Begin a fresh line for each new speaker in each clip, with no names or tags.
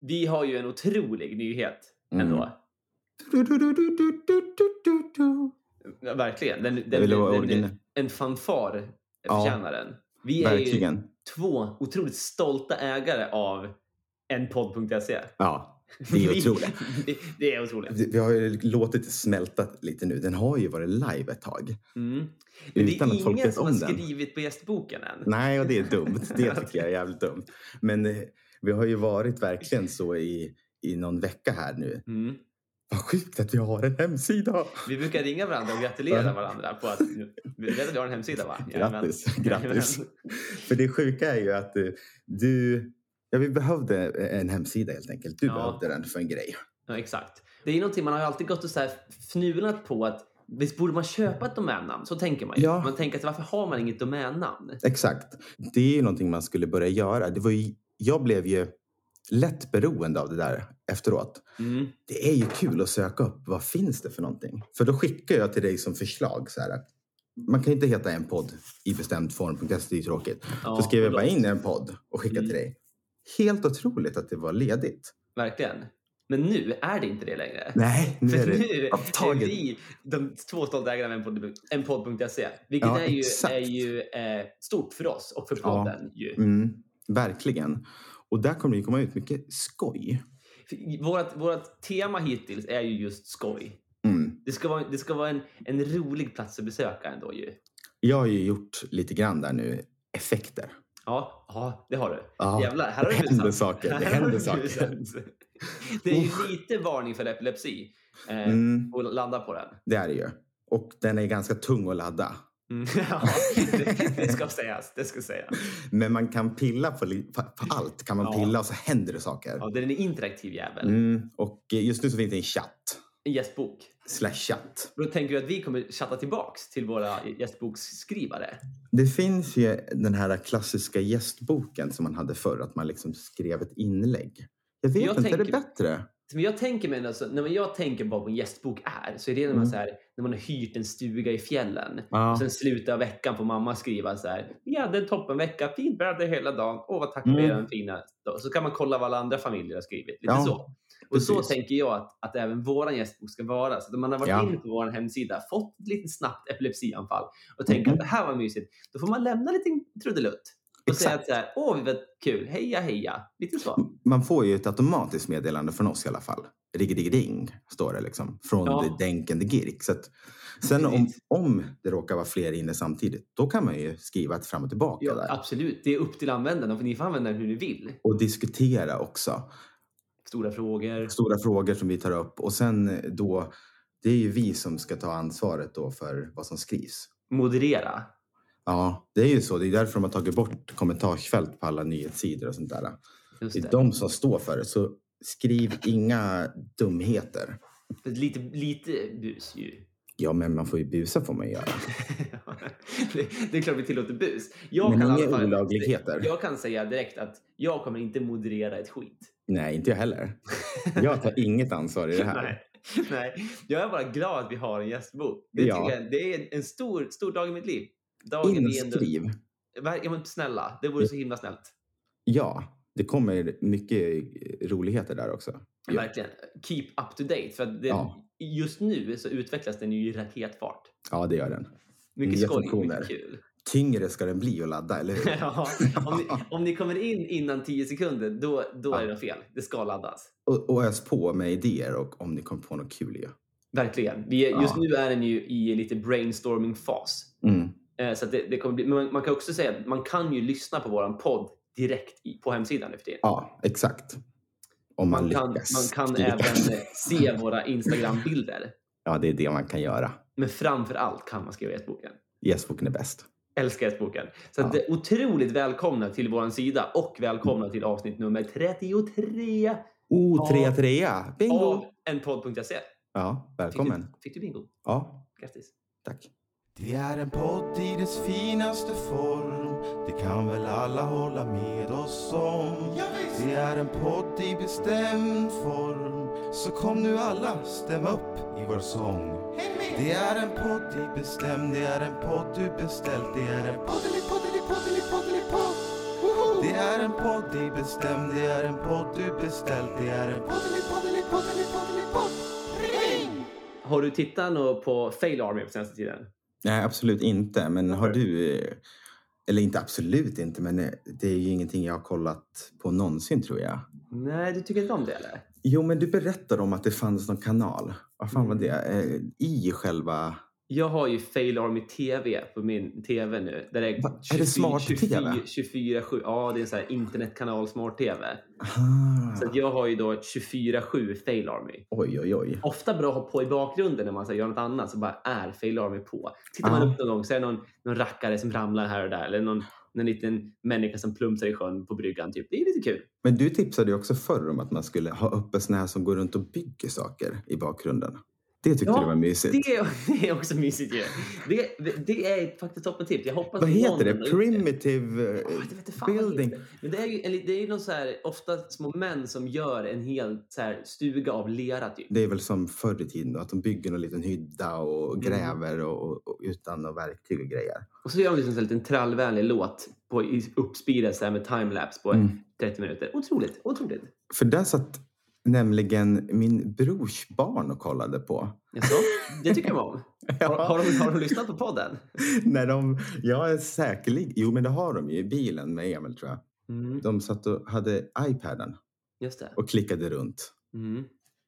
vi har ju en otrolig nyhet
Mm.
ändå. Ja, Verkligen. Den, den,
vill
den,
vara originell.
en, en fanfar
Ja,
förtjänar den. Vi är ju
Verkligen.
två otroligt stolta ägare av enpodd.se.
Ja, det är otroligt.
det, det är otroligt. Mm.
Vi har ju låtit det smälta lite nu. Den har ju varit live ett tag.
Mm. Men det
Utan
är
att folk
ingen
vet
som
om
har
den.
skrivit på gästboken än.
Nej, och det är dumt. Det tycker jag är jävligt dumt. Men eh, vi har ju varit verkligen så i, i någon vecka här nu.
Mm.
Vad sjukt att vi har en hemsida!
Vi brukar ringa varandra och gratulera
Ja.
varandra på att vi vet att du har en hemsida va?
Grattis!
Jajamän.
Grattis.
Jajamän.
För det sjuka är ju att eh, du... Ja, vi behövde en hemsida helt enkelt. Du
Ja.
behövde den för en grej.
Ja, exakt. Det är ju någonting man har ju alltid gått och så här fnulat på att visst borde man köpa ett domännamn? Så tänker man ju.
Ja.
Man tänker att varför har man inget domännamn?
Exakt. Det är ju någonting man skulle börja göra. Det var ju, jag blev ju lätt beroende av det där efteråt.
Mm.
Det är ju kul att söka upp vad finns det för någonting. För då skickar jag till dig som förslag. Så här, man kan ju inte heta en podd i bestämd form, på det är ju tråkigt.
Ja,
så skrev jag bara
förlåt.
in en podd och skickade till dig. Helt otroligt att det var ledigt.
Verkligen. Men nu är det inte det längre.
Nej, nu
För
är
nu
det
är
upptaget.
vi de två stolta ägarna av en podd- en podd.se. Vilket
Ja,
är ju,
exakt.
är ju eh, stort för oss och för
Ja.
podden. Ju.
Mm, verkligen. Och där kommer det ju komma ut mycket skoj.
För Vårat, vårat tema hittills är ju just skoj.
Mm.
Det ska vara, det ska vara en, en rolig plats att besöka ändå ju.
Jag har ju gjort lite grann där nu, effekter.
Ja, ja det har du.
Ja,
Jävlar, här har
det
du
händer
busat.
saker, det
Här har
händer
du
saker.
busat. Det är ju lite varning för epilepsi. Eh,
Mm,
Och landa på den.
det är det ju. Och den är ganska tung att ladda.
Mm. Ja, det, det ska sägas. Det ska sägas.
Men man kan pilla på, li- på, på allt. Kan man
Ja.
pilla och så händer det saker.
Ja, det är en interaktiv jävel.
Mm, och eh, just nu så finns det en chatt.
En gästbok.
Slash chatt.
Då tänker du att vi kommer chatta tillbaks till våra gästboksskrivare?
Det finns ju den här klassiska gästboken som man hade förr. Att man liksom skrev ett inlägg. Jag vet
Jag
inte, är det
tänker-
bättre?
Men jag tänker mig, alltså, när jag tänker på vad en gästbok är, så är det när man,
Mm.
så här, när man har hyrt en stuga i fjällen.
Ja.
Och sen slutet av veckan får mamma skriva så här. Vi hade en toppenvecka, fint väder hela dagen. Åh, vad tacksamma
Mm.
mm. fina. dag." Så kan man kolla vad alla andra familjer har skrivit. Lite
Ja,
så. Och så
precis.
tänker jag att, att även vår gästbok ska vara. Så att om man har varit
Ja.
inne på vår hemsida, fått ett litet snabbt epilepsianfall och tänker
Mhm.
att det här var mysigt, då får man lämna en liten trudelutt. Och säga
Exakt.
att så här, åh, vi var kul, heja, heja. Lite så.
Man får ju ett automatiskt meddelande från oss i alla fall. Riggedigeding står det liksom. Från
Ja.
ja. Denken de Girk. Så att, sen om,
Precis.
om det råkar vara fler inne samtidigt, då kan man ju skriva ett fram och tillbaka
Ja,
där.
absolut, det är upp till användaren. och Ni får använda den hur ni vill.
Och diskutera också.
Stora frågor.
Stora frågor som vi tar upp. Och sen då, det är ju vi som ska ta ansvaret då för vad som skrivs.
Moderera.
Ja, det är ju så. Det är därför de har tagit bort kommentarsfält på alla nyhetssidor och sånt där.
Just
Det är de som står för det. Så skriv inga dumheter.
För Lite, lite bus ju.
Ja, men man får ju busa får man ju göra.
det, det är klart vi tillåter bus. Jag
Men
kan i alla
inga
fall-
olagligheter.
Jag kan säga direkt att jag kommer inte moderera ett skit.
Nej, inte jag heller. Jag tar inget ansvar i det här.
Nej. Nej. Jag är bara glad att vi har en gästbok. Det,
Ja.
tycker jag, det är en stor, stor dag i mitt liv. Dagen är ändå...
Inskriv.
Ver- Ja, men snälla, det
Mm.
vore så himla snällt.
Ja, det kommer mycket roligheter där också. Ja.
Verkligen. Keep up to date. För att det,
Ja.
Just nu så utvecklas den ju i raketfart.
Ja, det gör den.
Mycket
Nya
skoj,
funktioner.
mycket kul.
Tyngre ska den bli att ladda, eller hur?
Ja, om, ni, om ni kommer in innan 10 sekunder, då, då är
Ja.
det fel. Det ska laddas.
Och, och ös på med idéer och om ni kommer på något kul ju.
Verkligen. Vi, är- just
Ja.
nu är den ju i lite brainstorming-fas.
Mm.
Eh, Så att det, det kommer bli, men man, man kan också säga att man kan ju lyssna på vår podd direkt i, på hemsidan nu för tiden.
Ja, exakt. Om man,
Man kan,
lyckas.
man kan
skriva.
även eh, se våra Instagram-bilder.
Ja, det är det man kan göra.
Men framför allt kan man skriva gästboken.
Gästboken är bäst.
Älskar gästboken. Så att
Ja.
det är otroligt välkomna till vår sida och välkomna till avsnitt nummer 33
Oh,
Ja.
trea, trea! Bingo!
av enpodd.se.
Ja,
Fick du,
välkommen.
fick du bingo?
Ja,
Grattis.
tack.
Det är en podd i dess finaste form Det kan väl alla hålla med oss om Det är en podd i bestämd form Så kom nu alla, stäm upp i vår sång Det är en podd i bestämd, det är en podd du beställt Det är en poddeli poddeli poddeli poddeli podd Woho! Det är en podd i bestämd, det är en podd du beställt, det är en
Har du tittat nå på Fail Army på senaste tiden?
Nej, absolut inte. Men har du... eh, Eller inte absolut inte, men eh, det är ju ingenting jag har kollat på någonsin tror jag.
Nej, du tycker inte om det eller?
Jo, men du berättade om att det fanns någon kanal. Vad fan
Mm.
var det? Eh, I själva...
Jag har ju Fail Army TV på min TV nu. Där det är,
Va? Är det smart TV?
24, 7 Ja, det är en sån här internetkanal smart TV.
Ah.
Så att jag har ju då ett 24-7 Fail Army.
Oj, oj, oj.
Ofta bra att ha på i bakgrunden när man så här, gör något annat så bara är Fail Army på. Tittar man
Ja.
upp någon gång så är det någon, någon rackare som ramlar här och där eller någon, någon liten människa som plumsar i sjön på bryggan. Typ. Det är lite kul.
Men du tipsade ju också förr om att man skulle ha uppe såna här som går runt och bygger saker i bakgrunden. Det tyckte
Ja,
du var mysigt.
Det är, det är också mysigt ju. Det, det är faktiskt toppentips. Jag hoppas
Vad
att någon har
heter det?
gjort
Primitive eh,
Ja, Ah, det vet jag fan vad det
building?
heter. Men det är ju, en li- det är ju någon så här, ofta små män som gör en hel så här, stuga av lera typ.
Det är väl som förr i tiden då, att de bygger en liten hydda och gräver och, och, och utan några verktyg och grejer.
Och så gör de liksom så här, en liten trallvänlig låt på i- uppspeedad så här, med timelapse på
Mm.
30 minuter. Otroligt, otroligt.
För där satt nämligen min brors barn och kollade på.
Jaså? Det tycker jag om. Har, har, de, har de lyssnat på podden?
När de, jag är säkerlig, jo men det har de ju i bilen med Emil tror jag.
Mm,
De satt och hade iPaden
just det.
och klickade runt.
Mm.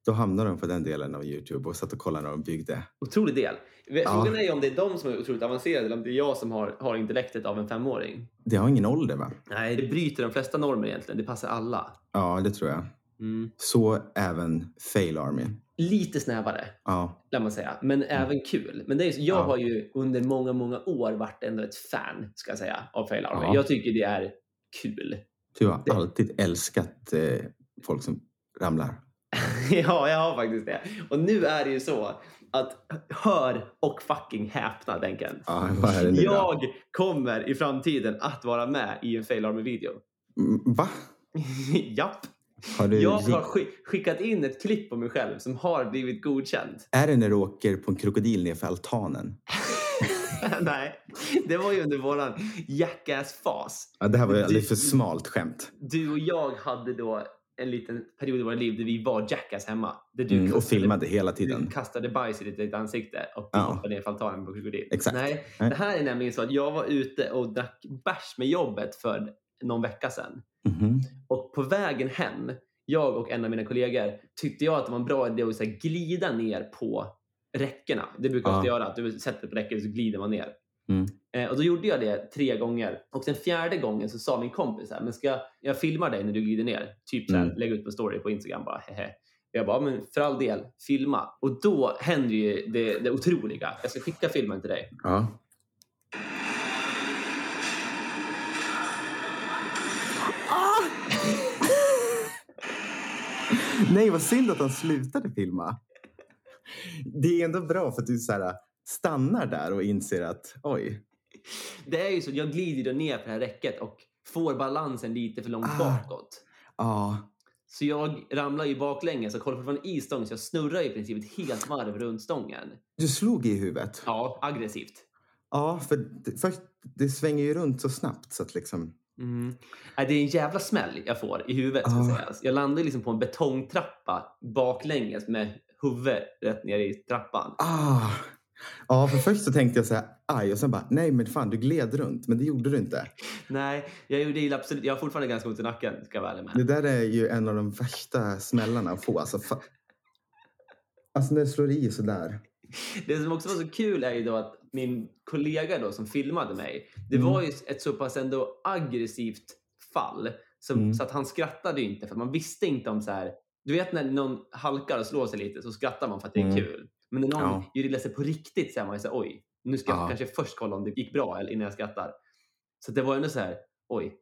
Då hamnade de på den delen av Youtube och satt och kollade när de byggde.
Otrolig del.
Ja.
Frågan är ju om det är de som är otroligt avancerade eller om det är jag som har, har intellektet av en femåring.
Det har ingen ålder va?
Nej, det bryter de flesta normer egentligen. Det passar alla.
Ja, det tror jag.
Mm.
Så även Fail Army.
Lite snävare.
Ja,
lär man säga. Men även kul. Men det är, ju så- jag
Mm. Ja.
har ju under många, många år varit ändå ett fan, ska jag säga, av Fail Army.
Ja.
Jag tycker det är kul.
du har
Det-
alltid älskat eh, folk som ramlar.
ja, jag har faktiskt det. Och nu är det ju så att hör och fucking häpna, Denken.
Ja, vad är det nu då?
Jag kommer i framtiden att vara med i en Fail Army-video.
Mm, Va?
Japp!
Har du
Jag har skick- skickat in ett klipp på mig själv som har blivit godkänt.
Är det när du åker på en krokodil nerför altanen?
Nej, det var ju under våran jackass-fas.
Ja, det här var ju alldeles för smalt skämt.
du och jag hade då en liten period i våra liv där vi var jackass hemma. Där du
Mm, och
kastade-
filmade hela
Du
tiden.
kastade bajs i ditt eget ansikte och
Ja.
hoppade ner för altanen på krokodil.
Exakt.
Nej,
Nej.
det här är nämligen så att jag var ute och drack bärs med jobbet för någon vecka sedan.
Mhm.
Och på vägen hem, jag och en av mina kollegor, tyckte jag att det var en bra idé att så här, glida ner på räckena. Det brukar jag ofta
Ja.
göra, att du sätter dig på räcket och så glider man ner.
Mm.
Eh, och då gjorde jag det tre gånger. Och den fjärde gången så sa min kompis så här, men ska jag, jag filmar dig när du glider ner. Typ så här,
Mm.
lägga ut på story på Instagram bara, hehe. Jag bara, men för all del, filma. Och då händer ju det, det otroliga. Jag ska skicka filmen till dig.
Ja. Ah! Nej, vad synd att han slutade filma. Det är ändå bra för att du så här, stannar där och inser att oj,
Det är ju så, jag glider då ner på det här räcket och får balansen lite för långt
Ah.
bakåt.
ja,
Så jag ramlar ju baklänges och kollar fortfarande i stången så jag snurrar i princip ett helt varv runt stången.
du slog i huvudet.
Ja, aggressivt.
Ja, för det, först, det svänger ju runt så snabbt så att liksom.
Mm. Äh, Det är en jävla smäll jag får i huvudet. Ska
Ah.
sägas. Jag landar ju liksom på en betongtrappa baklänges med huvudet rätt ner i trappan.
Ah. Ja, för först så tänkte jag så här, aj, och sen bara, nej men fan, du gled runt, men det gjorde du inte.
Nej, jag gjorde illa absolut. Jag har fortfarande ganska ont i nacken, ska jag vara ärlig
Det
med.
där är ju en av de värsta smällarna att få. Alltså, fa- alltså när det slår i sådär.
Det som också var så kul är ju då att min kollega då som filmade mig, det
Mm.
var ju ett så pass ändå aggressivt fall. Så,
Mm.
så att han skrattade ju inte för att man visste inte om så här. Du vet när någon halkar och slår sig lite så skrattar man för att det är
Mm.
kul. Men när någon
Ja.
gör illa sig på riktigt så är man ju så här, oj, nu ska jag
Ja.
kanske först kolla om det gick bra eller innan jag skrattar. Så det var ändå så här, oj.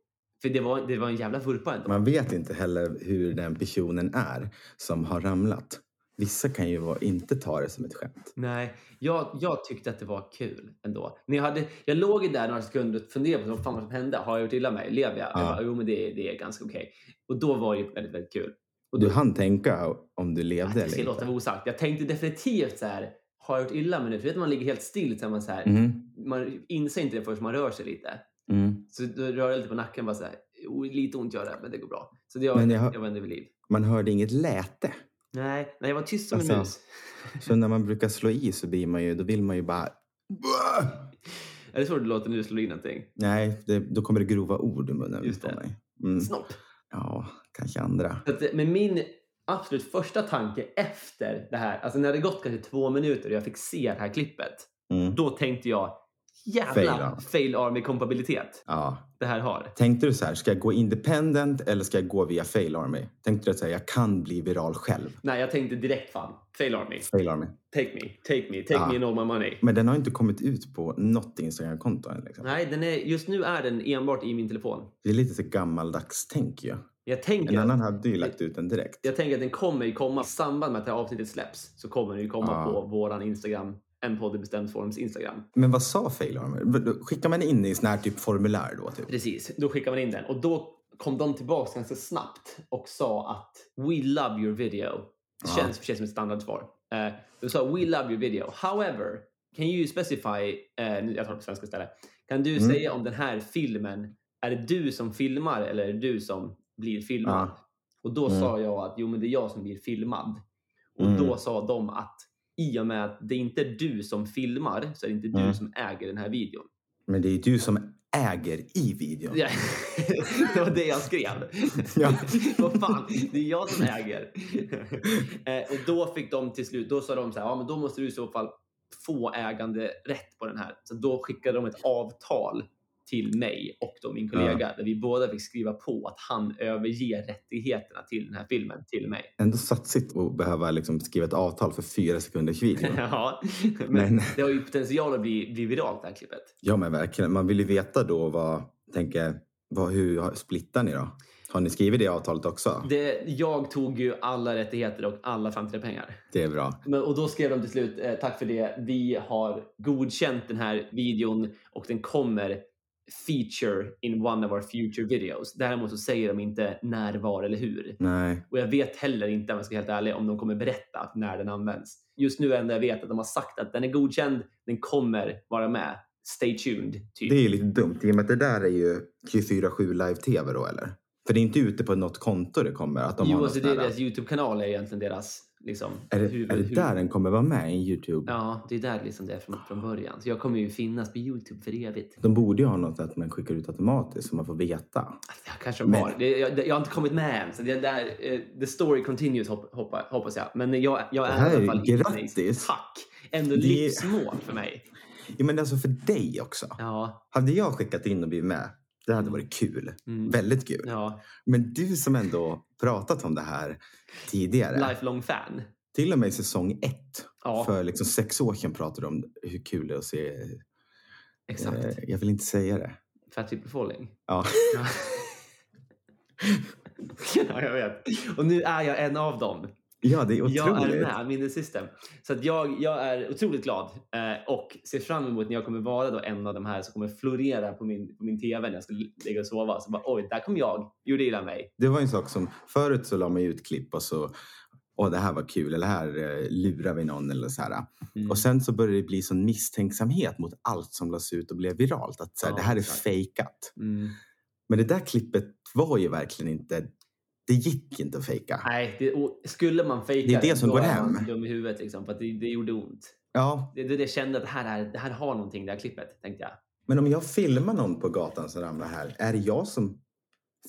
För det var, det var en jävla vurpa ändå.
Man vet inte heller hur den personen är som har ramlat. Vissa kan ju vara, inte ta det som ett skämt.
Nej, jag, jag tyckte att det var kul ändå. När jag, hade, jag låg ju där några sekunder och funderade på vad fan som hände. Har jag gjort illa mig? Lever jag?
Ja.
jag bara, jo, men det, är- det är ganska okej. Och då var det ju väldigt, väldigt kul.
Och du hann tänka om du
Att
levde
det
eller
ska låta
inte.
vara osagt. Jag tänkte definitivt så här, har jag gjort illa mig nu? För vet du, man ligger helt still. Så är man, så här,
Mm,
man inser inte det förrör man rör sig lite.
mm.
Så då rör jag lite på nacken bara så här, o- lite ont gör det, men det går bra. Så det jag,
Men
jag,
jag har-
vände vid liv.
Man hörde inget läte.
Nej, nej, jag var tyst som en
Alltså.
mus.
Så när man brukar slå i så blir man ju, då vill man ju bara...
Är det så det låter när du slår in någonting?
Nej, det, då kommer det grova ord i munnen
Just
på
det.
mig. Mm.
Snopp.
Ja, kanske andra.
Så att, men min absolut första tanke efter det här, alltså när det gått kanske två minuter och jag fick se det här klippet,
Mm.
då tänkte jag
Fail
jävla
arm.
fail army kompabilitet
Ja.
det här har.
Tänkte du så här, ska jag gå independent eller ska jag gå via fail army? Tänkte du att så här, jag kan bli viral själv?
Nej, jag tänkte direkt fan, fail army,
Fail army.
take me, take me, take
Ah.
me and all my money.
Men den har inte kommit ut på något Instagram-konto än. Liksom.
Nej, den är, just nu är den enbart i min telefon.
Det är lite så gammaldags tänk ju.
Jag tänker,
En annan hade ju lagt ut den direkt.
jag tänker att den kommer ju komma i samband med att det här avsnittet släpps. Så kommer den ju komma
Ah.
på våran Instagram, en podd i bestämd forms Instagram.
Men vad sa fail army? Skickar man in i sån här typ formulär då? Typ?
Precis, då skickar man in den. Och då kom de tillbaka ganska snabbt och sa att “We love your video”. Det
Ja.
känns för sig som ett standardsvar. Eh, de sa “We love your video. However, can you specify...” eh, nu- Jag tar det på svenska istället. Kan du
Mm.
säga om den här filmen, är det du som filmar eller är det du som blir filmad?
Ja.
Och då
Mm.
sa jag att “Jo, men det är jag som blir filmad”. Och
Mm.
då sa de att i och med att det inte är du som filmar så är det inte du
Mm.
som äger den här videon.
Men det är ju du som äger i videon.
Ja. Det var det jag skrev.
Ja.
Vad fan, det är jag som äger. Eh, Och då fick de till slut, då sa de så här, ja men då måste du i så fall få ägande rätt på den här. Så då skickade de ett avtal till mig och då min kollega där vi båda fick skriva på att han överger rättigheterna till den här filmen till mig.
Ändå satsigt att behöva liksom skriva ett avtal för fyra sekunders video.
Ja, men,
Men-
det har ju potential att bli, bli viralt det här klippet.
ja men verkligen. Man vill ju veta då vad, tänker, vad, hur splittar ni då? Har ni skrivit det avtalet också? Det,
Det, jag tog ju alla rättigheter och alla framtida pengar.
är bra.
Men, och då skrev de till slut, eh, tack för det, vi har godkänt den här videon och den kommer feature in one of our future videos. Däremot så säger de inte när, var eller hur.
Nej.
Och jag vet heller inte, om jag ska vara helt ärlig, om de kommer berätta att när den används. Just nu är det enda jag vet att de har sagt att den är godkänd, den kommer vara med. Stay tuned, typ.
Det är ju lite dumt i och med att det där är ju 24-7 live-tv då eller? För det är inte ute på något konto det kommer? Att de
jo,
har något
alltså det är
där-
deras YouTube-kanal är egentligen deras liksom,
är
huvud-
det, är det
huvud-
där den kommer vara med i Youtube?
Ja, det är där liksom det är från, från början. Så jag kommer ju finnas på YouTube för evigt.
De borde ju ha något att man skickar ut automatiskt så man får veta.
Ja, Alltså, kanske de
Men-
har. Det, jag, det- jag har inte kommit med än. Så det där, eh, the story continues hop, hoppa, hoppas jag. Men jag, jag
Det
är
här
i alla
är
fall
ju
inne i-
grattis.
Tack! Ändå
Det-
livsmål för mig.
Ja, men alltså för dig också.
Ja.
Hade jag skickat in och blivit med, det hade varit kul.
Mm.
Väldigt kul.
ja.
Men du som ändå pratat om det här tidigare.
Lifelong fan.
Till och med i säsong ett,
Ja,
för liksom sex år sedan pratade du om hur kul det är att se.
exakt.
Eh, jag vill inte säga det.
Fat People Falling.
Ja.
Ja. ja, jag vet. Och nu är jag en av dem.
ja, det är otroligt.
Jag är med, Minnesystem. Så att jag, jag är otroligt glad eh, och ser fram emot när jag kommer vara då en av de här som kommer florera på min, på min tv när jag ska ligga och sova. Så bara, oj, där kom jag. Gjorde illa mig.
Det var en sak som förut så la man ju ut klipp och så Åh, det här var kul eller här eh, lurar vi någon eller så här.
Mm.
Och sen så började det bli sån misstänksamhet mot allt som lades ut och blev viralt. Att så här,
Ja,
det här är
exakt.
fejkat.
Mm.
Men det där klippet var ju verkligen inte... Det gick inte att fejka.
Nej, det, och skulle man fejka
Det är det som
då
går
är
hem.
man dum i huvudet liksom, för att det, det gjorde ont.
Ja,
Det, det, det kände att det här, är, det här har någonting, det här klippet, tänkte jag.
men om jag filmar någon på gatan som ramlar här, är det jag som...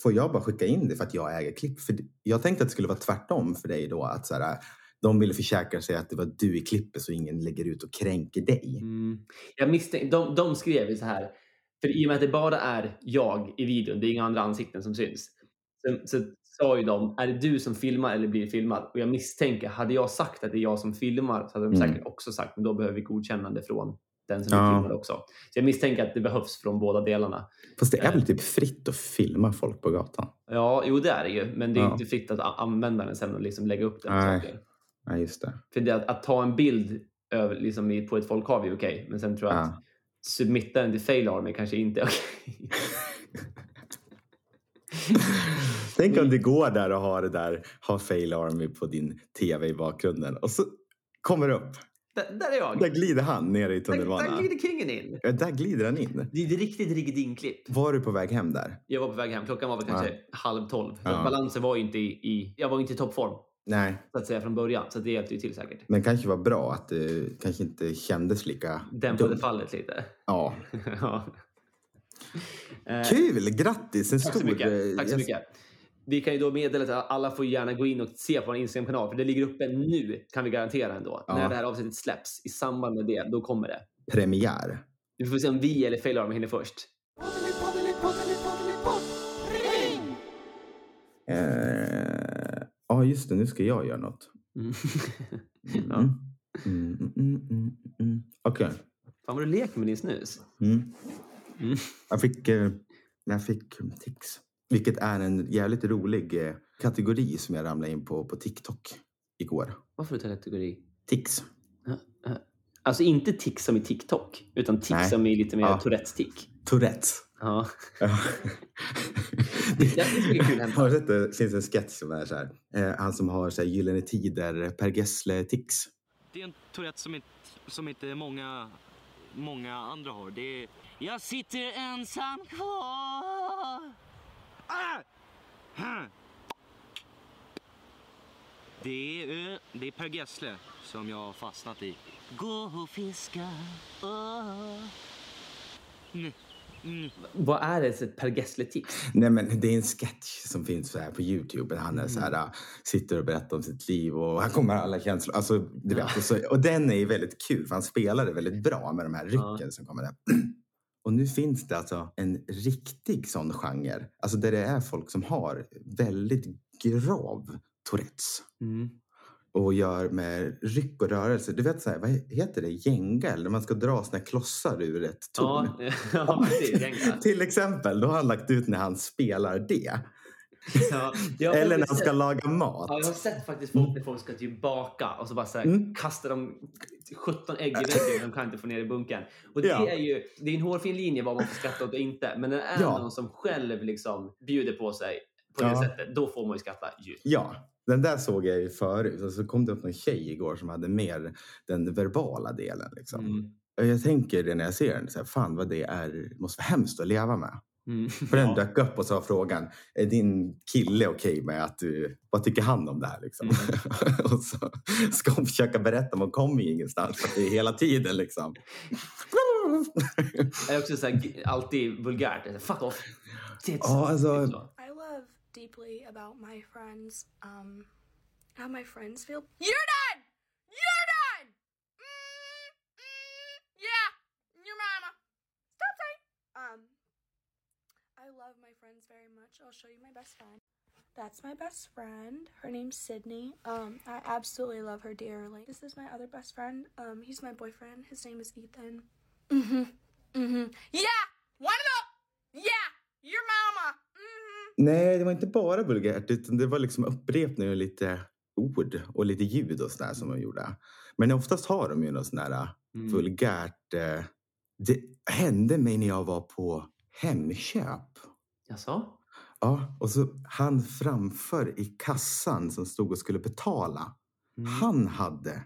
Får jag bara skicka in det för att jag äger klipp? För det- jag tänkte att det skulle vara tvärtom för dig då. Att så här, de ville försäkra sig att det var du i klippet så ingen lägger ut och kränker dig.
Mm. Jag misstänk, de, de skrev ju så här, för i och med att det bara är jag i videon, det är inga andra ansikten som syns, så, så sa ju de, är det du som filmar eller blir filmad? Och jag misstänker, hade jag sagt att det är jag som filmar så hade de
Mm.
säkert också sagt, men då behöver vi godkännande från den som
Ja.
blir filmad också. Så jag misstänker att det behövs från båda delarna.
Fast det är
Eh.
väl typ fritt att filma folk på gatan?
Ja, jo det är det ju, men det är
Ja.
inte fritt att a- använda den sen och liksom lägga upp den. och
Nej.
saker.
Nej, just det.
För det, att, att ta en bild över, liksom, i- på ett folkhav är okej, men sen tror jag att
Ja.
submitta den till fail army kanske inte är okej.
Tänk om du går där och har det där, har fail army på din tv i bakgrunden och så kommer det upp.
Där, där är jag.
Där glider han ner
Där,
i
där
tunnelbanan.
glider kingen in.
Ja, där glider han in.
Det är ett riktigt riggedin-klipp.
Var du på väg hem där?
Jag var på väg hem. Klockan var väl kanske halv tolv. Så att
Ja.
Balansen var ju inte i, i... Jag var ju inte i toppform
Nej,
så att säga från början. Så att det hjälpte ju till säkert.
men kanske var bra att det kanske inte kändes lika
Dämpade
dumt.
fallet lite.
Ja.
ja. Eh,
Kul! Grattis! En
Tack
stor...
så mycket.
eh,
Tack så
gäst.
mycket. Vi kan ju då meddela att alla får gärna gå in och se på vår Instagram-kanal. För det ligger uppe nu, kan vi garantera ändå.
Ja.
När det här avsnittet släpps, i samband med det, då kommer det.
Premiär.
Vi får se om vi eller Failarm hinner först.
Ja, eh, ah, just det. Nu ska jag göra något.
Mm.
Mm.
Ja.
Mm, mm, mm, mm, mm. Okej.
Fan vad du leker med din snus.
Mm.
Mm.
Jag fick, eh, jag fick tics. Vilket är en jävligt rolig eh, kategori som jag ramlade in på på TikTok igår.
Varför du tar kategori?
Tics.
Alltså inte tics som i TikTok, utan tics
Nej.
som i lite mer
Ja.
Tourettes-tick.
Tourettes.
Ja.
Ja.
Det är mycket kul hänt.
Har du sett det? Det finns en sketch som är så här. Eh, han som har så här Gyllene Tider, eh, Per Gessle-tics.
Det är en Tourette som inte, som inte många, många andra har. Det är... Jag sitter ensam kvar. Ah! Huh. Det är, eh, det är Per Gessle som jag har fastnat i. Gå och fiska. Oh. Mm. Mm.
Vad är det för ett Per Gessle-tics?
Nej men det är en sketch som finns så här på Youtube. där Han är
Mm.
så här, äh, sitter och berättar om sitt liv och här kommer alla känslor. Alltså, du vet, och, så, och den är ju väldigt kul för han spelar det väldigt bra med de här rycken som kommer där. Och nu finns det alltså en riktig sån genre. Alltså där det är folk som har väldigt grav Tourettes.
Mm.
Och gör med ryck och rörelser. Du vet så här, vad heter det? Jenga? Eller när man ska dra såna här klossar ur ett torn.
Ja, ja, precis. Jenga.
Till exempel, då har han lagt ut när han spelar det.
Ja. Jag har
Eller när han
sett-
ska laga mat.
Ja, jag har sett faktiskt folk när folk ska typ baka och så bara så här,
Mm.
kastar de 17 ägg i väggen de kan inte få ner i bunkern. Och det
Ja.
är ju det är en hårfin linje vad man får skratta åt och inte. Men när det är
Ja.
någon som själv liksom bjuder på sig på det
Ja.
sättet, då får man ju skratta djupt.
Ja, den där såg jag ju förut. Och så kom det upp någon tjej igår som hade mer den verbala delen. Liksom.
Mm.
Och jag tänker det när jag ser den, så här, fan vad det är, måste vara hemskt att leva med.
Mm.
För den dök upp och sa frågan, är din kille okej med att du, vad tycker han om det här liksom? och så ska hon försöka berätta, men hon kommer ju ingenstans för att det är hela tiden liksom.
Det är också så här, g- alltid vulgärt. Det är så här, Fuck off! Tits.
Ja, alltså-
Typ så.
I love deeply about my friends, um, how my friends feel. You're done! You're done! Mm, mm, yeah, your mama. Stop saying. Um, I love my friends very much. I'll show you my best friend. That's my best friend. Her name's Sydney. Um, I absolutely love her dearly. This is my other best friend. Um, he's my boyfriend. His name is Ethan. Mm-hmm. Mm-hmm. Yeah! One of the Yeah! Your mama! Mm-hmm.
Nej, det var inte bara vulgärt, utan det var liksom upprepningar och lite ord och lite ljud och sådär som de gjorde. Men oftast har de ju något sån här
Mm.
vulgärt. eh, Det hände mig när jag var på Hemköp.
Jaså?
Ja, och så han framför i kassan som stod och skulle betala.
Mm.
Han hade.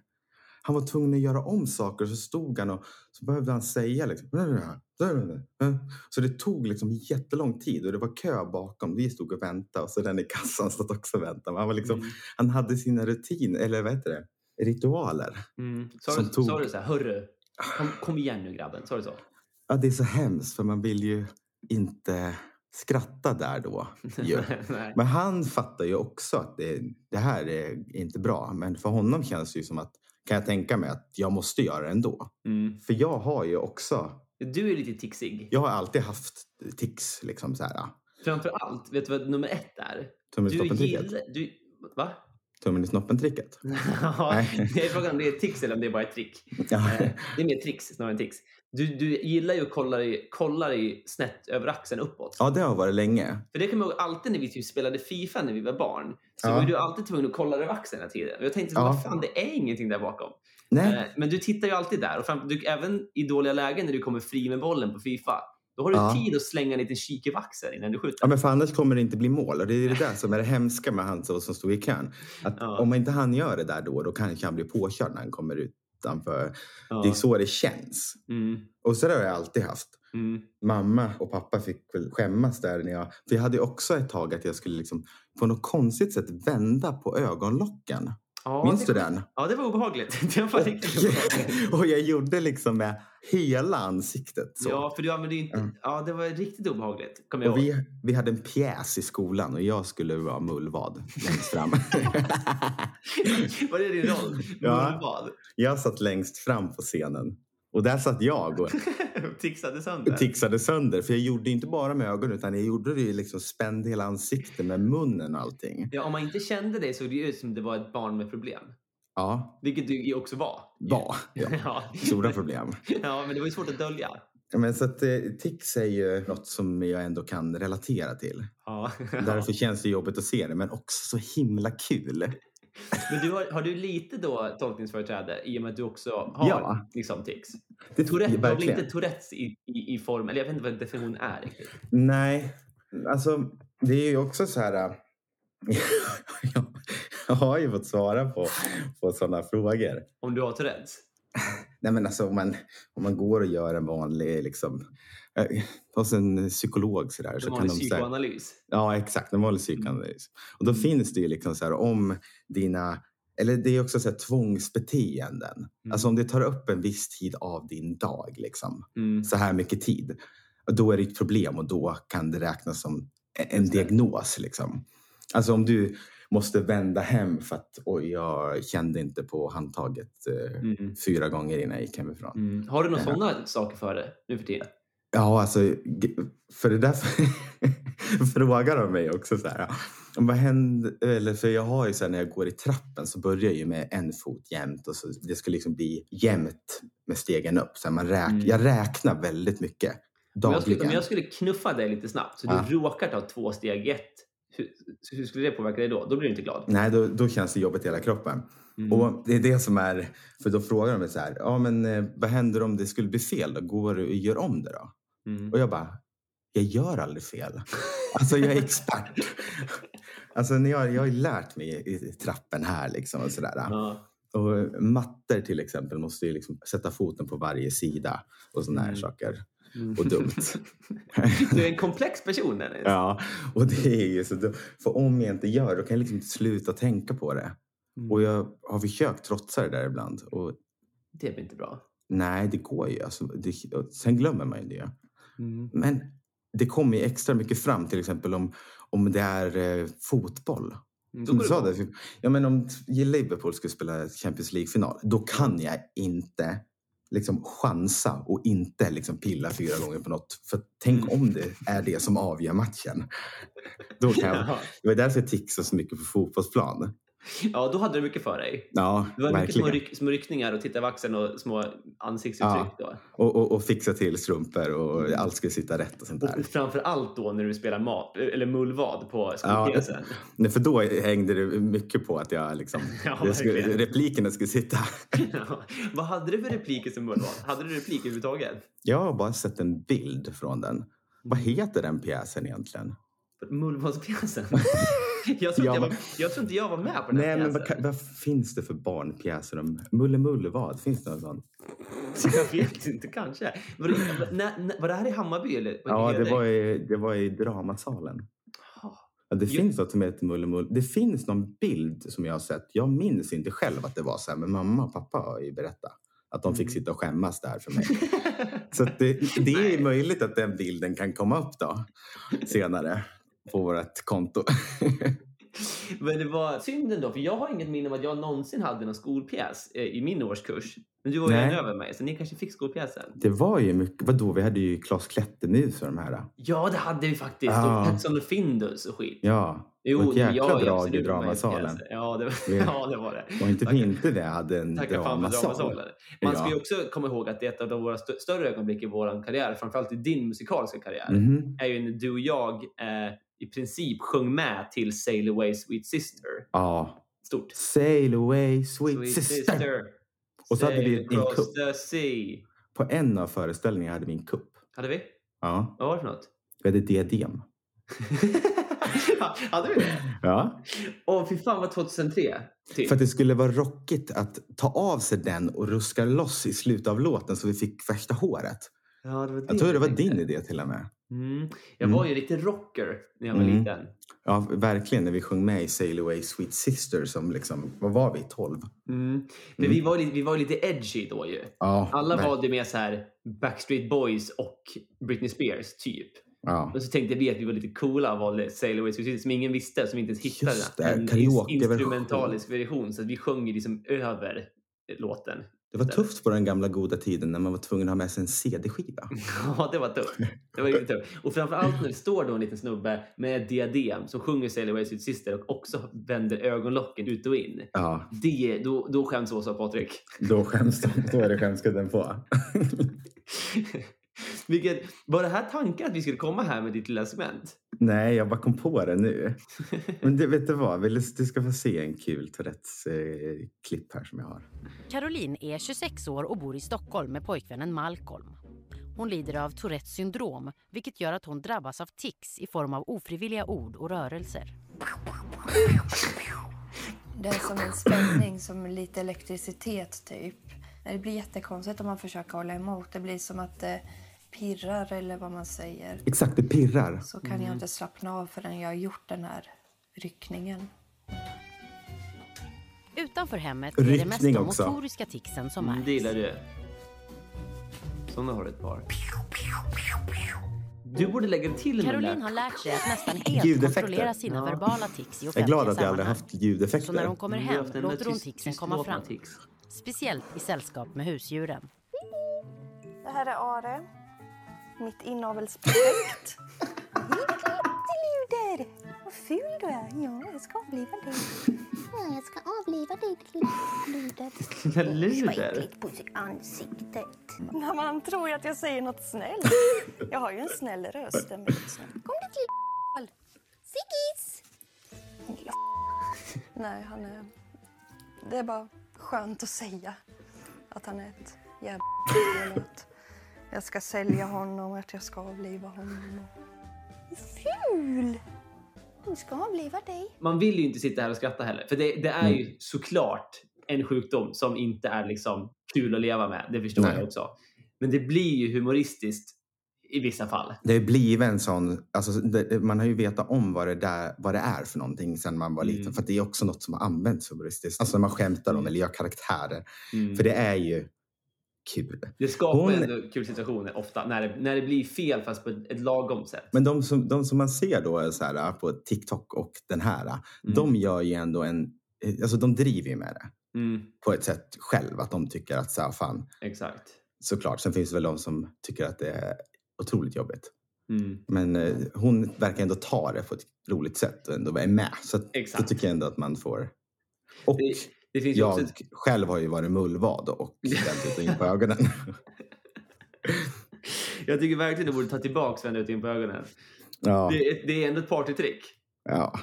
Han var tvungen att göra om saker så stod han och så behövde han säga liksom. Så det tog liksom jättelång tid och det var kö bakom. Vi stod och väntade och så den i kassan stod också och väntade. Men Han, var liksom,
Mm.
han hade sina rutiner, eller vad heter det? Ritualer.
Mm. Sa,
Som
du,
tog-
sa du så här, hörru, kom, kom igen nu grabben. Sa du så?
Ja, det är så hemskt för man vill ju inte skratta där då. ju.
Nej.
Men han fattar ju också att det, det här är inte bra. Men för honom känns det ju som att, kan jag tänka mig att jag måste göra det ändå.
Mm.
För jag har ju också,
Du är lite tixig.
jag har alltid haft tics liksom så här.
Framför allt, vet du vad nummer ett är?
Tummen i
Du
snoppen-tricket.
gillar... Du, va?
Tummen i snoppen-tricket.
ja,
Nej.
det är frågan om det är ett tics eller om det är bara ett trick.
Ja.
Eh, Det är mer tricks snarare än tics. Du, du gillar ju att kolla i, kolla i snett över axeln uppåt.
ja, det har varit länge.
För det kommer jag ihåg alltid när vi typ spelade Fifa när vi var barn. Så
Ja.
var du alltid tvungen att kolla över axeln hela tiden. Och jag tänkte,
Ja.
vad fan, det är ingenting där bakom. Eh,
Nej,
Men du tittar ju alltid där. Och fram, du, även i dåliga lägen när du kommer fri med bollen på Fifa. Då har du
Ja.
tid att slänga en liten kik i axeln innan du skjuter.
ja, men för annars kommer det inte bli mål. Och det är det där som är det hemska med han som som stod i kön. Att
Ja.
om inte han gör det där då, då kanske han blir påkörd när han kommer ut utanför.
Ja.
Det är så det känns.
Mm,
Och så där har jag alltid haft.
mm,
Mamma och pappa fick väl skämmas där. När jag, för jag hade ju också ett tag att jag skulle liksom på något konstigt sätt vända på ögonlocken.
ja,
Minns
det,
du den?
Ja, det var obehagligt. Det var riktigt obehagligt.
och jag gjorde liksom med hela ansiktet. Så.
Ja, för du använde ju inte...
Mm.
Ja, det var riktigt obehagligt. Kommer jag
Och
ihåg.
vi, vi hade en pjäs i skolan och jag skulle vara mullvad längst fram.
Var det din roll?
Ja.
Mullvad?
jag satt längst fram på scenen. Och där satt jag och
Tixade sönder?
tixade sönder. För jag gjorde inte bara med ögonen utan jag gjorde det ju liksom spände hela ansiktet med munnen och allting.
Ja, om man inte kände dig såg det ju ut som det var ett barn med problem.
Ja,
Vilket du ju också var.
var. Ja.
Ja.
Stora problem.
ja, men det var ju svårt att dölja.
Men så att eh, tics är ju något som jag ändå kan relatera till.
Ja.
Därför känns det jobbigt att se det men också så himla kul.
Men du har, har du lite då tolkningsföreträde i och med att du också har
Ja.
liksom tics?
Det tror
Tourette,
jag
du har väl
verkligen.
inte Tourettes i, i, i form, eller jag vet inte vad definitionen är riktigt.
Nej, alltså det är ju också så här. äh, jag har ju fått svara på, på sådana frågor.
Om du har Tourettes?
Nej, men alltså om man, om man går och gör en vanlig liksom, äh, hos en psykolog så där,
Då
så
har
kan
du
de säga,
psykoanalys.
ja exakt, en vanlig psykoanalys. Och då finns det ju liksom så här om dina, eller det är också så här tvångsbeteenden. Alltså om det tar upp en viss tid av din dag liksom
Mm.
så här mycket tid. Och då är det ett problem och då kan det räknas som e-, en- en diagnos. Liksom. Alltså om du måste vända hem för att oj, jag kände inte på handtaget eh,
Mm.
fyra gånger innan jag gick hemifrån.
Mm. Har du några
Ja.
sådana saker för det nu för tiden?
Ja, alltså g- för det där frågar de mig också så här. Vad händer? Eller för jag har ju så här, när jag går i trappen så börjar jag ju med en fot jämt och så det ska liksom bli jämnt med stegen upp. Så här, man räk-
Mm.
Jag räknar väldigt mycket
Om jag,
dagligen.
skulle, om jag skulle knuffa dig lite snabbt så du
Ja.
råkar ta två steg i ett, hur, hur skulle det påverka dig då? Då blir du inte glad.
Nej, då, då känns det jobbigt i hela kroppen.
Mm.
Och det är det som är, för då frågar de mig så här, ja men eh, vad händer om det skulle bli fel då? Går du och gör om det då?
Mm.
Och jag bara, jag gör aldrig fel. Alltså jag är expert. Alltså när jag, jag har ju lärt mig i, i trappen här liksom och sådär.
Ja.
Och mattor till exempel måste ju liksom sätta foten på varje sida och sådana här
Mm.
saker.
Mm.
Och dumt.
Du är en komplex person Dennis.
ja, och det är ju så dumt. För om jag inte gör då kan jag liksom inte sluta tänka på det.
Mm.
Och jag har försökt trotsa det där ibland. Och
Det blir inte bra.
Nej, det går ju. Alltså, det, sen glömmer man ju det.
Mm.
Men det kommer ju extra mycket fram, till exempel om, om det är eh, fotboll.
Mm,
Som
går
du sa,
det
det, ja, men om Liverpool skulle spela Champions League-final, då kan jag inte liksom, chansa och inte liksom, pilla fyra gånger på något. För tänk om det är det som avgör matchen. Då kan jag,
Ja.
det var därför jag tixade så mycket på fotbollsplan.
ja, då hade du mycket för dig.
Ja,
Det var mycket små,
verkligen.
ryck, små ryckningar och titta över axeln och små ansiktsuttryck. Då.
Och, och, och fixa till strumpor och allt skulle sitta rätt och sånt där.
Och framför allt då när du spelar mat, eller mullvad på
Ja.
skolpjäsen.
Nej, för då hängde det mycket på att jag liksom,
Ja,
det skulle,
verkligen.
replikerna skulle sitta.
Ja. Vad hade du för repliker som mullvad? Hade du repliker överhuvudtaget?
Jag har bara sett en bild från den. Vad heter den pjäsen egentligen?
Mullvadspjäsen? jag, tror inte
Ja,
jag, var,
men-
jag tror inte jag var med på den
Nej,
här
men vad,
pjäsen.
kan- vad finns det för barnpjäser om Mulle Mullevad? Finns det någon sån?
Jag vet inte, kanske. Var det, när, när, var det här i Hammarby? Eller?
Ja, det var i, det var i dramasalen.
Ja.
Ja, det
Jo.
finns något som heter Mulle Mulle. Det finns någon bild som jag har sett. Jag minns inte själv att det var så här, men mamma och pappa har ju berättat att de
Mm.
fick sitta och skämmas där för mig. Så att det, det är ju möjligt att den bilden kan komma upp då senare på vårt konto.
Men det var synden då, för jag har inget minne om att jag någonsin hade någon skolpjäs eh, i min årskurs. Men du var ju
Nej.
en över mig, så ni kanske fick skolpjäsen.
Det var ju mycket, vadå, vi hade ju Klas Klättermus och de här.
Ja, det hade vi faktiskt.
Ja.
Och Petson och Findus och skit.
Ah. Ja,
Jo,
och ett jäkla
jag är
drag i
absolut med
dramasalen.
pjäsen. Ja, det var,
Vi-
ja, det var det.
Och inte vi
Tackar-
inte det hade en
Tacka fan för
dramasal.
dramasalen. Man
Ja.
ska ju också komma ihåg att det är ett av våra stö- större ögonblick i vår karriär, framförallt i din musikaliska karriär,
Mhm.
är ju när du och jag eh, i princip sjöng med till Sail Away Sweet Sister.
Ja.
Stort.
Sail away sweet, sister. Och så hade vi
Sail
en
across
kupp.
the sea.
På en av föreställningarna hade vi en kupp.
Hade vi?
Ja,
Vad var det för något?
vi hade diadem.
Hade vi det?
Ja.
Åh, fy fan vad 2003. Typ.
För att det skulle vara rockigt att ta av sig den och ruska loss i slutet av låten så vi fick värsta håret.
ja, det var
Jag tror det var
tänkte.
din idé till och med.
Mm. Jag
Mm.
var ju riktigt rocker när jag var
Mm.
liten.
Ja, verkligen. När vi sjöng med i Sail Away Sweet Sister som liksom, vad var vi, 12?
Mm. Men vi var, ju- vi var ju lite edgy då ju.
Ja,
Alla
ver-
var det med så här Backstreet Boys och Britney Spears typ.
Ja.
Men så tänkte vi att vi var lite coola och valde Sail Away Suicide som ingen visste, som inte ens hittade
Just det,
en
karaokeversion.
instrumentalisk version. Så att vi sjöng ju liksom över eh, låten.
Det var tufft på den gamla goda tiden när man var tvungen att ha med sig en CD-skiva.
Ja, det var tufft. Det var riktigt tufft. Och framförallt när det står då en liten snubbe med diadem som sjunger Sail Away Sweet Sister och också vänder ögonlocken ut och in.
Ja,
Det, då, då skäms Åsa och Patrik.
då skäms de. Då är det skämskudden på.
Vilket, var det här tanken att vi skulle komma här med ditt lilla segment?
Nej, jag bara kom på det nu. Men det, vet du vad? Vill du- Du ska få se en kul Tourettes-klipp eh, klipp här som jag har.
Caroline är 26 år och bor i Stockholm med pojkvännen Malcolm. Hon lider av Tourettes syndrom, vilket gör att hon drabbas av tics i form av ofrivilliga ord och rörelser.
Det är som en spänning, som lite elektricitet typ. Det blir jättekonstigt om man försöker hålla emot. Det blir som att det pirrar eller vad man säger.
Exakt, det pirrar.
Så kan jag inte slappna av förrän jag har gjort den här ryckningen.
Utanför hemmet är det mest de
Riktning också.
motoriska ticsen som
Mm, det gillar
märks.
du. Såna har du ett par. Du borde lägga till den
Caroline
där.
har lärt sig att nästan helt
Ljudeffekter.
kontrollera sina
Ja.
verbala tics i
Jag är glad
offentliga
att jag aldrig
sammanhang.
haft
Så när hon
ljudeffekter.
kommer
Du Mm, har
hem
haft den där
låter hon
tyst-
ticsen
tyst
komma
låt med
fram.
tics.
Speciellt i sällskap med husdjuren.
Det här är Are. Mitt inavelsprojekt.
Tilluder! Vad ful du är! Ja, jag ska avliva dig. Ja, jag ska avliva dig, Tilluder.
Den där
Vad
luder.
äckligt på sitt ansiktet.
Men man tror ju att jag säger något snällt. Jag har ju en snäll röst. den blir snäll.
Kom du till Siggis!
Nej, han är... Det är bara skönt att säga att han är ett jävla och att jag ska sälja honom, att jag ska avliva honom.
Ful! Hon ska avliva dig.
Man vill ju inte sitta här och skratta heller. För det, det är
Mm.
ju såklart en sjukdom som inte är liksom kul att leva med. Det förstår
Nej.
jag också. Men det blir ju humoristiskt i vissa fall.
Det har blivit en sån... Alltså, det, man har ju vetat om vad det, där, vad det är för någonting sen man var liten.
Mm.
För att det är också något som har använts humoristiskt. Alltså när man skämtar om eller gör karaktärer.
Mm.
För det är ju kul.
Det skapar
Hon-
ändå kul situationer ofta när det, när det blir fel fast på ett ett lagom sätt.
Men de som, de som man ser då är så här, ah, på TikTok och den här, ah, de gör ju ändå en... Alltså de driver ju med det
Mm,
på ett sätt själv. Att de tycker att så här, fan,
exakt.
såklart. Sen finns det väl de som tycker att det är otroligt jobbigt.
Mm.
Men eh, hon verkar ändå ta det på ett roligt sätt och ändå är med. Så att, då
Exakt.
tycker jag ändå att man får... Och
Det, liksom det finns ju
jag
också ett
själv har ju varit mullvad och vänt ut och in på ögonen.
Jag tycker verkligen du borde ta tillbaka Vända ut in på ögonen.
ja,
Det, är- det är ändå ett partytrick.
ja.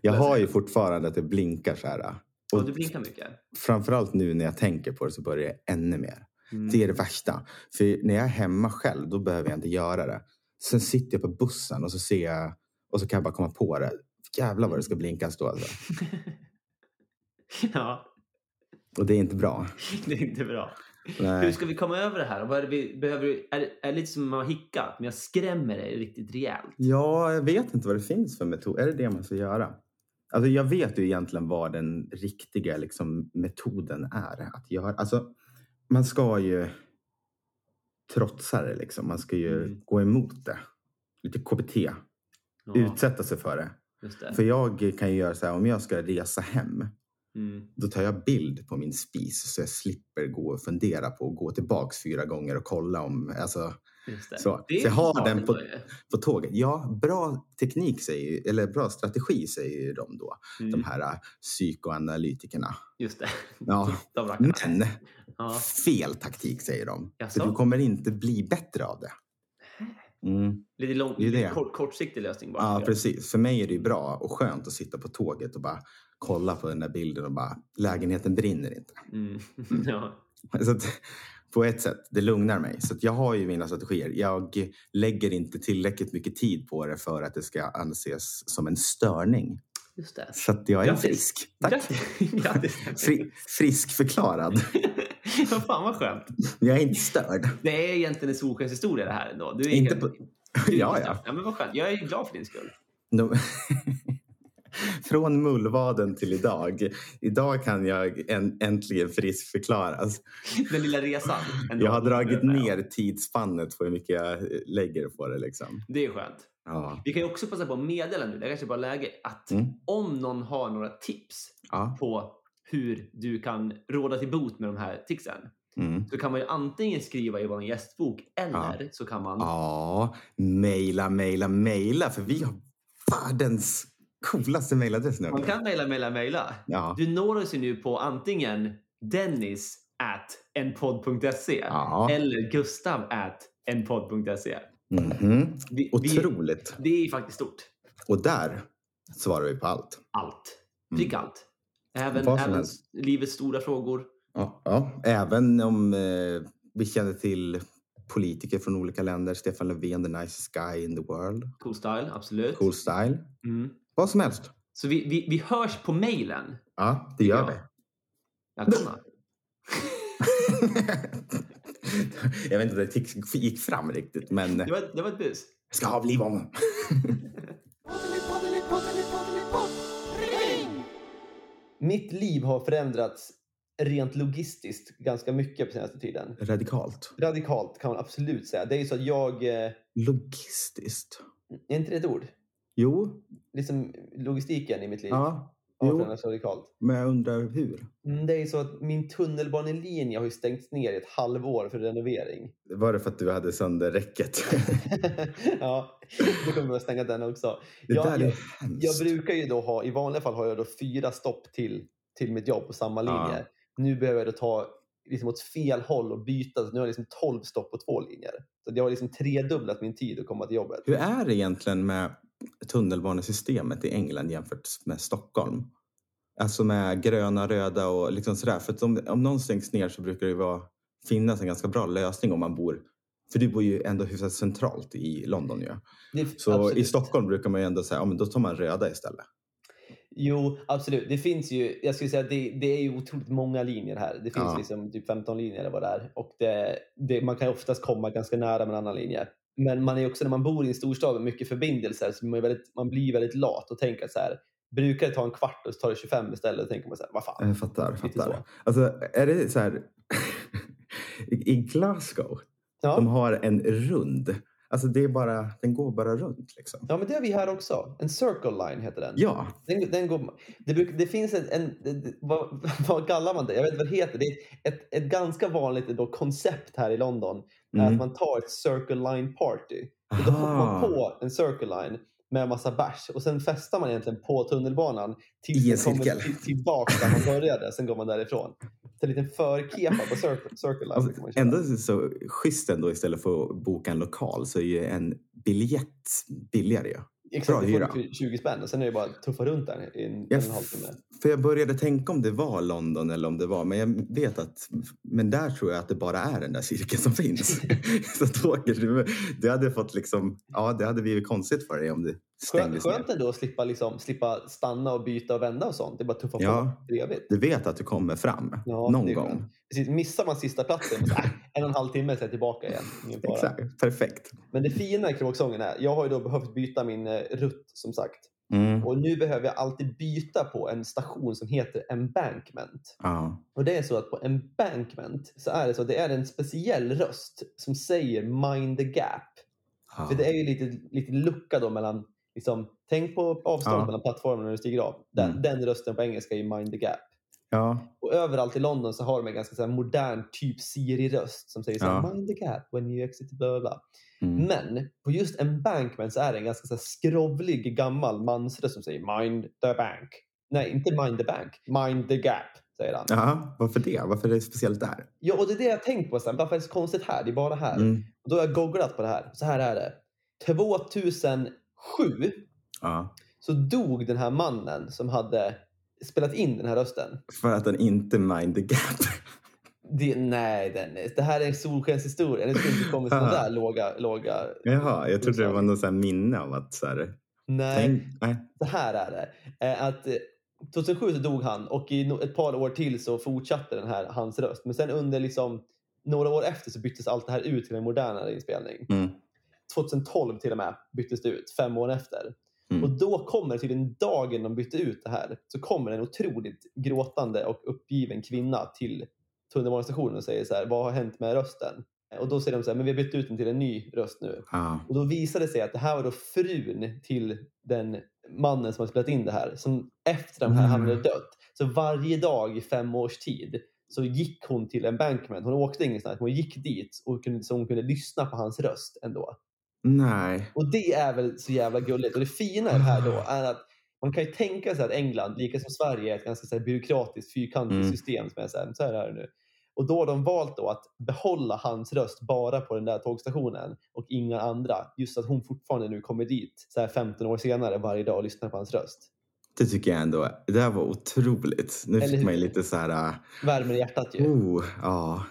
Jag har ju fortfarande att det blinkar så här.
Och du blinkar mycket.
framförallt nu när jag tänker på det så börjar jag ännu mer.
Mm.
Det är det värsta. För när jag är hemma själv, då behöver jag inte göra det. Sen sitter jag på bussen och så ser jag och så kan jag bara komma på det. Jävlar vad det ska blinkas då alltså.
Ja,
Och det är inte bra.
det är inte bra. Hur
Nej.
ska vi komma över det här? Vad är, det vi behöver, är, det- är det lite som man har hickat, men jag skrämmer dig riktigt rejält.
Ja, jag vet inte vad det finns för metod. Är det det man ska göra? Alltså jag vet ju egentligen vad den riktiga liksom, metoden är att göra. Alltså, man ska ju trotsa det liksom. Man ska ju
Mm.
gå emot det. Lite KBT.
Ja,
Utsätta sig för det.
just det.
För jag kan ju göra så här, om jag ska resa hem,
Mm.
då tar jag bild på min spis så jag slipper gå och fundera på att gå tillbaks fyra gånger och kolla om, alltså
Just det.
Så.
det är
Så jag har
smart
den på-
ändå ju.
på tåget. Ja, bra teknik säger ju, eller bra strategi säger ju de då,
Mm.
de här äh, psykoanalytikerna.
Just det.
Ja.
De rackarna.
Men
Ja.
fel taktik säger de.
Jaså? Äh.
För du kommer inte bli bättre av det. Mm.
Lite, lång,
Det är
lite
det.
kort, kortsiktig lösning bara.
Ja, precis. För mig är det ju bra och skönt att sitta på tåget och bara kolla på den där bilden och bara lägenheten brinner inte.
Mm. Ja.
Så att, på ett sätt, det lugnar mig. Så att jag har ju mina strategier. Jag lägger inte tillräckligt mycket tid på det för att det ska anses som en störning.
Just det.
Så att jag är
Grattis.
frisk. Tack.
Grattis. Grattis.
Fri, friskförklarad.
Vad fan vad skönt.
Jag är inte störd.
Det är egentligen en solskenshistoria det här ändå. Du är
Inte
helt-
på-
du är
Ja,
inte
ja.
störd. ja. Men vad skönt. Jag är ju glad för din skull.
De... Från mullvaden till idag. Idag kan jag en, äntligen friskförklaras.
Den lilla resan. ändå.
Jag har dragit ner tidsspannet på hur mycket jag eh, lägger på det. Liksom.
Det är skönt.
Ja.
Vi kan ju också passa på att meddela nu, det är kanske bara läge, att
Mm.
om någon har några tips
Ja.
på hur du kan råda till bot med de här tipsen
Mm.
så kan man ju antingen skriva i vår gästbok eller så kan man...
Ja, mejla, mejla, mejla. För vi har världens coolaste mejladress nu.
Man kan mejla, mejla, mejla.
Ja.
Du når oss ju nu på antingen dennis at enpodd.se
Ja.
eller gustav at enpodd.se.
Mhm.
Vi- vi-
Otroligt.
Det är faktiskt stort.
Och där svarar vi på allt.
Allt. Prick allt. Även,
Mm. Vad som
även
helst.
livets stora frågor.
Ja, ja. Även om eh, vi känner till politiker från olika länder. Stefan Löfven, the nicest guy in the world.
Cool style, absolut.
Cool style.
Mm.
Vad som helst.
Så vi, vi, vi hörs på mejlen.
Ja, det gör
Ja.
vi.
Välkomna.
Jag vet inte om det gick- gick fram riktigt, men
Det
jag
var, det var ett bus.
ska avliva honom.
Mitt liv har förändrats rent logistiskt ganska mycket på senaste tiden.
Radikalt.
Radikalt kan man absolut säga. Det är ju så att jag... eh,
Logistiskt.
Är inte det ett ord?
Jo,
Liksom logistiken i mitt liv
ja.
har
jo.
förändrats radikalt.
men jag undrar hur.
Mm, Det är ju så att min tunnelbanelinje har ju stängts ner i ett halvår för renovering.
Var det för att du hade sönder räcket?
ja, då kommer jag att stänga den också.
Det
Ja,
där
jag-
är
Jag
hemskt.
brukar ju då ha, i vanliga fall har jag då fyra stopp till, till mitt jobb på samma
Ja.
linje. Nu behöver jag då ta liksom åt fel håll och byta. Så nu har jag liksom 12 stopp på två linjer. Så jag har liksom tredubblat min tid att komma till jobbet.
Hur är det egentligen med tunnelbanesystemet i England jämfört med Stockholm? Alltså med gröna, röda och liksom sådär. För att om, om någon stängs ner så brukar det ju vara, finnas en ganska bra lösning om man bor... För du bor ju ändå hyfsat centralt i London ju.
Det,
Så i
absolut.
Stockholm brukar man ju ändå säga, ja men då tar man röda istället.
Jo, absolut. Det finns ju, jag skulle säga att det, det är ju otroligt många linjer här. Det finns
Ja.
liksom typ 15 linjer eller vad det är. Och det, det, man kan ju oftast komma ganska nära med en annan linje. Men man är ju också, när man bor i en storstad med mycket förbindelser, så man, är väldigt, man blir väldigt lat och tänker så här, brukar det ta en kvart och så tar det 25 istället. Då tänker man så här, vad fan.
Jag fattar,
Lite
fattar.
så.
Alltså är det så här... I i Glasgow, de
Ja.
har en rund. Alltså det är bara, den går bara runt liksom.
ja, men det har vi här också. En circle line heter den.
Ja,
Den, den går, det, bruk, det finns en, en det- vad, vad kallar man det? Jag vet inte vad det heter. Det är ett, ett ganska vanligt då koncept här i London. är
Mm.
Att man tar ett circle line party. Och Då hoppar man
Aha.
på en circle line med en massa bärs och sen festar man egentligen på tunnelbanan tills
I en
man kommer
cirkel.
till- tillbaka där man började. Sen går man därifrån. Så en liten förkepa på circle, circle line. brukar man
Alltså,
köra.
ändå så schysst ändå istället för att boka en lokal så är ju en biljett billigare. ju.
Exakt,
bra
det får
hyra.
du 20 spänn och sen är det bara att tuffa runt där i en,
Jag,
en och en halv timme.
för jag började tänka om det var London eller om det var, men jag vet att, men där tror jag att det bara är den där cirkeln som finns. så att åker du, du hade fått liksom, ja det hade blivit konstigt för dig om det
Skönt,
stängdes
skönt
ner.
ändå att slippa, liksom, slippa stanna och byta och vända och sånt. Det är bara tuffa
Ja.
på. Trevligt.
Du vet att du kommer fram
Ja, det
någon
är skönt.
gång.
Precis, missar man sista platsen, så, äh, en och en halv timme så är jag tillbaka igen. Ingen fara.
Exakt, perfekt.
Men det fina i kråksången är, jag har ju då behövt byta min eh, rutt som sagt.
Mm.
Och nu behöver jag alltid byta på en station som heter embankment.
Ja.
Och det är så att på embankment så är det så att det är en speciell röst som säger mind the gap.
Ja.
För det är ju lite, lite lucka då mellan, liksom, tänk på avståndet
Ja.
mellan plattformarna när du stiger av. Den,
Mm.
den rösten på engelska är ju mind the gap.
ja.
Och överallt i London så har de en ganska så här modern typ Siri-röst som säger så här,
Ja.
mind the gap when you exit bla bla bla.
Mm.
Men på just Embankment så är det en ganska så här skrovlig gammal mansröst som säger mind the bank. Nej, inte mind the bank. Mind the gap, säger han.
ja. Varför det? Varför är det speciellt där?
Ja, och det är det jag har tänkt på. Så här, varför är det så konstigt här? Det är bara här.
Mm.
Och då har jag googlat på det här. Så här är det. 2007
Ja.
så dog den här mannen som hade spelat in den här rösten.
För att den inte mind the gap.
Det, nej, Dennis. Det här är en solskenshistoria. Det skulle inte kommit sådana där låga... låga
Jaha, jag trodde det var något så här minne av att så här,
nej,
tänk, nej.
så här är det. Eh, Att eh, 2007 så dog han och i no- ett par år till så fortsatte den här hans röst. Men sen under liksom några år efter så byttes allt det här ut till en modernare inspelning.
Mm.
2012 till och med byttes det ut, fem år efter.
Mm.
Och då kommer till den dagen de bytte ut det här så kommer en otroligt gråtande och uppgiven kvinna till tunnelbanestationen och säger så här, vad har hänt med rösten? Eh, Och då säger de så här, men vi har bytt ut den till en ny röst nu.
Ja.
Och då visade det sig att det här var då frun till den mannen som har spelat in det här. Som efter de här han hade dött. Så varje dag i fem års tid så gick hon till en bankman. Hon åkte ingenstans, men hon gick dit och kunde, så hon kunde lyssna på hans röst ändå.
Nej.
Och det är väl så jävla gulligt. Och det fina i det här
Ah.
då är att man kan ju tänka sig att England, lika som Sverige, är ett ganska så här byråkratiskt, fyrkantigt
Mm.
system som är så här, så här är det nu. Och då har de valt då att behålla hans röst bara på den där tågstationen och inga andra. Just att hon fortfarande nu kommer dit så här 15 år senare varje dag och lyssnar på hans röst.
Det tycker jag ändå. Det här var otroligt. Nu
Eller
fick man ju
hur?
lite så här...
Värmer i hjärtat ju.
Uh, oh, ja.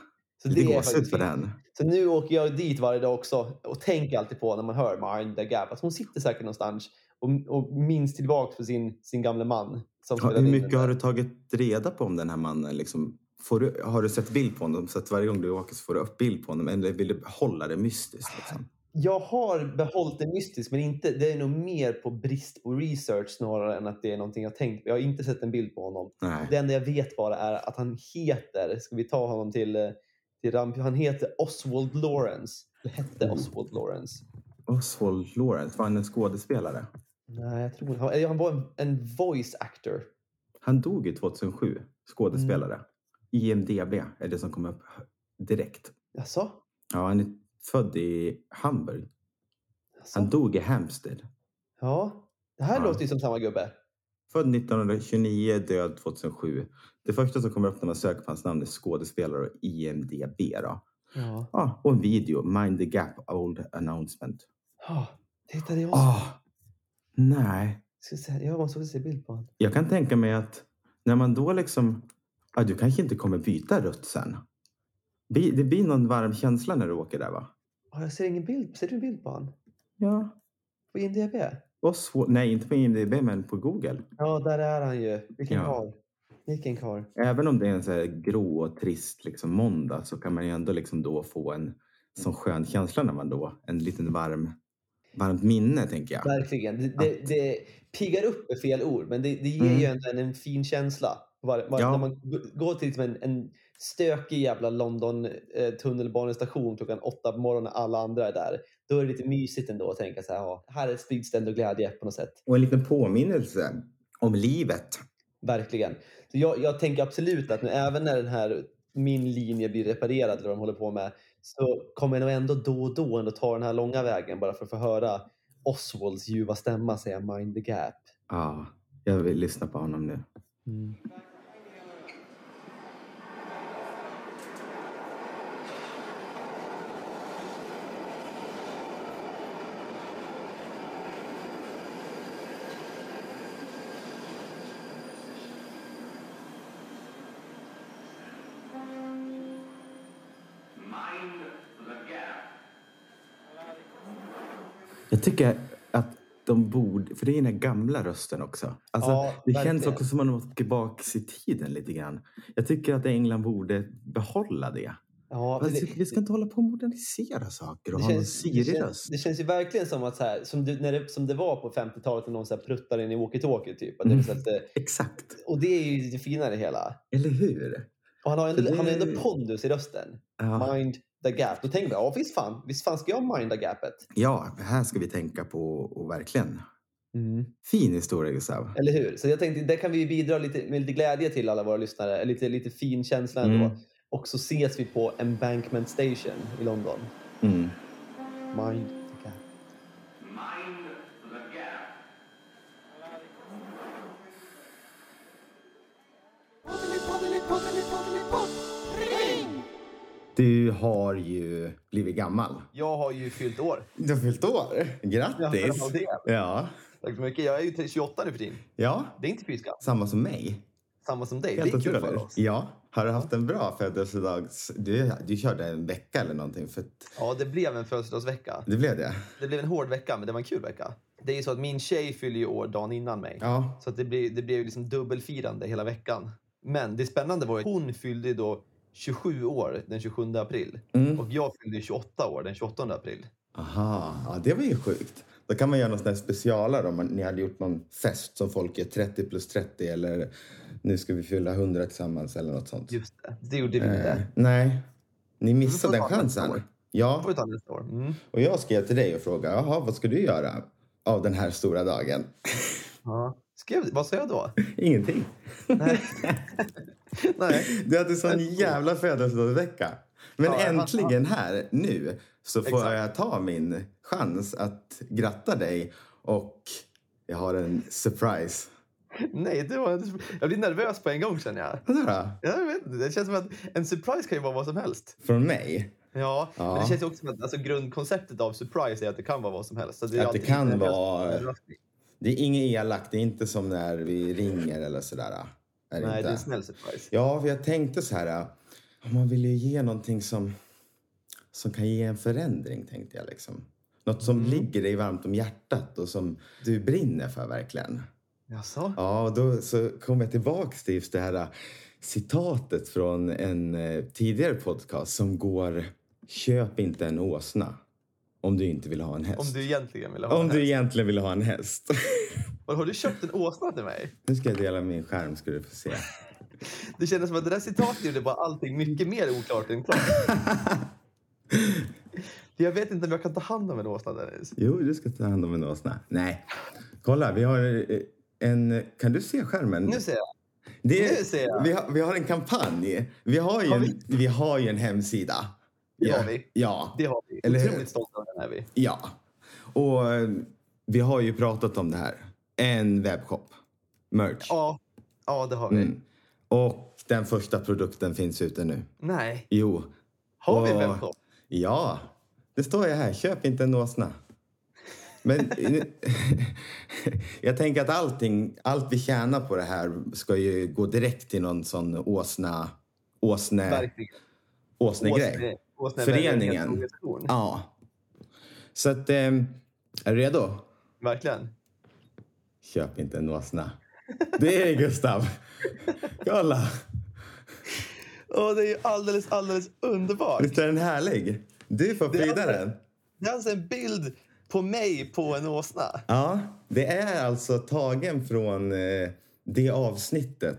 så
Lite
är
gåshud
faktiskt
på
fint.
den.
Så nu åker jag dit varje dag också och tänker alltid på när man hör Mind the Gap att hon sitter säkert någonstans och, och minns tillbaka på sin, sin gamla man. Som
Ja,
spelade
hur
in
mycket
den
har
där.
du tagit reda på om den här mannen? Liksom, får du, har du sett bild på honom? Så att varje gång du åker så får du upp bild på honom. Eller vill du hålla det mystiskt? Liksom?
Jag har behållit det mystiskt men inte, det är nog mer på brist på research snarare än att det är någonting jag tänkt på. Jag har inte sett en bild på honom.
Nej.
Det enda jag vet bara är att han heter, ska vi ta honom till, eh, till ramp, han heter Oswald Lawrence. Eller hette
Mm.
Oswald Lawrence.
Oswald Lawrence, var han en skådespelare?
Nej, jag tror han, eller han var en, en voice actor.
Han dog ju 2007, skådespelare. IMDB är det som kom upp direkt.
Jaså?
Ja, han är född i Hamburg.
Jaså?
Han dog i Hampstead.
Ja, det här
Ja.
låter ju som samma gubbe.
Född 1929, död 2007. Det första som kommer upp när man söker på hans namn är skådespelare och IMDB. Då.
Ja.
Ja, och en video, Mind the Gap Old Announcement.
titta, det är oss.
Ah, nej,
Ska vi se här, Jag måste också se bild på honom.
jag kan tänka mig att när man då liksom... Ja, du kanske inte kommer byta rött sen. Det det blir någon varm känsla när du åker där, va?
Ja, Ah, jag ser ingen bild. Ser du en bild på honom?
Ja.
På IMDB?
Oswald, nej, inte på IMDB, men på Google.
Ja, där är han ju. Vilken
Ja.
karl. Vilken karl.
Även om det är en så här grå och trist liksom måndag så kan man ju ändå liksom då få en sån skön känsla när man då... En liten varm, varmt minne, tänker jag.
Verkligen. Det, det, det piggar upp är fel ord, men det, det ger
Mm.
ju ändå en, en fin känsla. Var, var,
Ja.
När man g- går till liksom en, en stökig jävla London eh, tunnelbanestation klockan åtta på morgonen när alla andra är där. Då är det lite mysigt ändå att tänka så här, ja, här är spridd ställd och glädje på något sätt.
Och en liten påminnelse om livet.
Verkligen. Så jag, jag tänker absolut att nu, även när den här min linje blir reparerad eller vad de håller på med så kommer jag nog ändå då och då ändå ta den här långa vägen bara för att få höra Oswalds ljuva stämma säga mind the gap.
Ja, jag vill lyssna på honom nu. Mm. Jag tycker att de borde... För det är den här gamla rösten också. Alltså,
Ja,
det känns
verkligen.
också som att man åker tillbaka i tiden lite grann. Jag tycker att England borde behålla det.
Ja,
Men
det-
Alltså, vi ska inte hålla på och modernisera saker och ha någon
det,
sirig
känns,
röst.
det känns ju verkligen som att så här, som, det, när det, som det var på 50-talet när någon så här pruttade in i walkie-talkie. Typ.
Mm.
Att det var så att, det-
Exakt.
och det är ju det fina i det hela.
Eller hur?
Och han har ändå,
Det-
han har ändå pondus i rösten.
Ja.
Mind the gap. Då tänker jag, ja visst fan, visst fan ska jag minda gapet?
ja, här ska vi tänka på och verkligen.
Mm.
Fin historia, Gustav.
Eller hur? Så jag tänkte, där kan vi ju bidra lite, med lite glädje till alla våra lyssnare. Lite, lite fin känsla ändå.
Mm.
Och så ses vi på Embankment Station i London.
Mm.
Mind the gap.
Du har ju blivit gammal.
Jag har ju fyllt år.
Du har fyllt år. Grattis!
Ja, det.
Ja,
Tack så mycket. Jag är ju 28 nu för tiden.
ja.
Det är inte fy skam.
samma som mig.
samma som dig.
Helt
det är kul
otroligt.
för oss.
Ja. Har du haft en bra födelsedags... Du, du körde en vecka eller någonting. För att
Ja, det blev en födelsedagsvecka.
det blev det.
Det blev en hård vecka, men det var en kul vecka. Det är ju så att min tjej fyller ju år dagen innan mig.
Ja.
Så att det blev, det blev ju liksom dubbelfirande hela veckan. Men det spännande var ju att hon fyllde ju då 27 år den 27 april.
Mm.
Och jag fyllde ju 28 år den 28 april.
Aha. Ja, det var ju sjukt. Då kan man göra något sånt här specialare om man, ni hade gjort någon fest som folk är 30 plus 30 eller nu ska vi fylla 100 tillsammans eller något sånt.
Just det, det gjorde vi
Eh,
inte.
nej.
Vi
Ni
får
missade den
ta nästa
chansen.
år. Det
Ja.
får vi ta nästa år. Mm.
Och jag skrev till dig och frågade, jaha, vad ska du göra av den här stora dagen?
Ja. Skrev, vad sa jag då?
Ingenting.
Nej. Nej.
Du hade sån jävla födelsedagsvecka. Men
Ja, jag fattar.
äntligen här nu så får
Exakt.
jag ta min chans att gratta dig och jag har en surprise.
Nej, det var, jag blir nervös på en gång känner jag.
Vadå då?
Jag vet inte, det känns som att en surprise kan ju vara vad som helst.
Från mig?
Ja,
Ja.
men det känns ju också som att alltså, grundkonceptet av surprise är att det kan vara vad som helst. Så är
Att det
alltid
kan
lite nervöst.
vara- Det är inget elakt, det är inte som när vi ringer eller sådär. Är det
Nej,
inte.
det är en snäll surprise.
Ja, för jag tänkte så här. ja, Man vill ju ge någonting som, som kan ge en förändring, tänkte jag. Liksom. Något som
Mm.
ligger dig varmt om hjärtat och som du brinner för verkligen.
Jaså?
Ja, och då så kom jag tillbaks till just det här citatet från en eh, tidigare podcast som går Köp inte en åsna om du inte vill ha en häst.
Om du egentligen vill ha
Om
en
du
häst.
egentligen vill ha en häst.
Och Har du köpt en åsna till mig?
nu ska jag dela min skärm ska du få se.
Det kändes som att det där citatet gjorde bara allting mycket mer oklart än klart. jag vet inte om jag kan ta hand om en åsna, Dennis.
Jo, du ska ta hand om en åsna. Nej. Kolla, vi har eh, en... Kan du se skärmen?
Nu ser jag.
Det är-
nu ser jag.
Vi har, vi har en kampanj. Vi har ju,
Har
en, vi har ju en hemsida.
Det
ja.
har vi.
Ja.
Det har vi.
Eller hur?
Otroligt stolta över den är vi.
ja. Och eh, vi har ju pratat om det här. En webbshop. Merch.
Ja, ja det har vi.
Mm. Och den första produkten finns ute nu.
Nej,
Jo.
har vi en
Och-
webbshop?
Ja, det står ju här. Köp inte en åsna. Men jag tänker att allting, allt vi tjänar på det här ska ju gå direkt till någon sån åsna, åsne,
Verkligen.
åsnegrej.
Åsne- Åsne-
Föreningen.
Organisation.
Ja. Så att, eh, är du redo?
Verkligen.
Köp inte en åsna. Det är Gustav. Kolla,
Åh, det är ju alldeles, alldeles underbart.
visst är den härlig? Du får
Det är
pryda den.
Det är alltså en bild på mig på en åsna.
Ja, det är alltså tagen från eh, det avsnittet.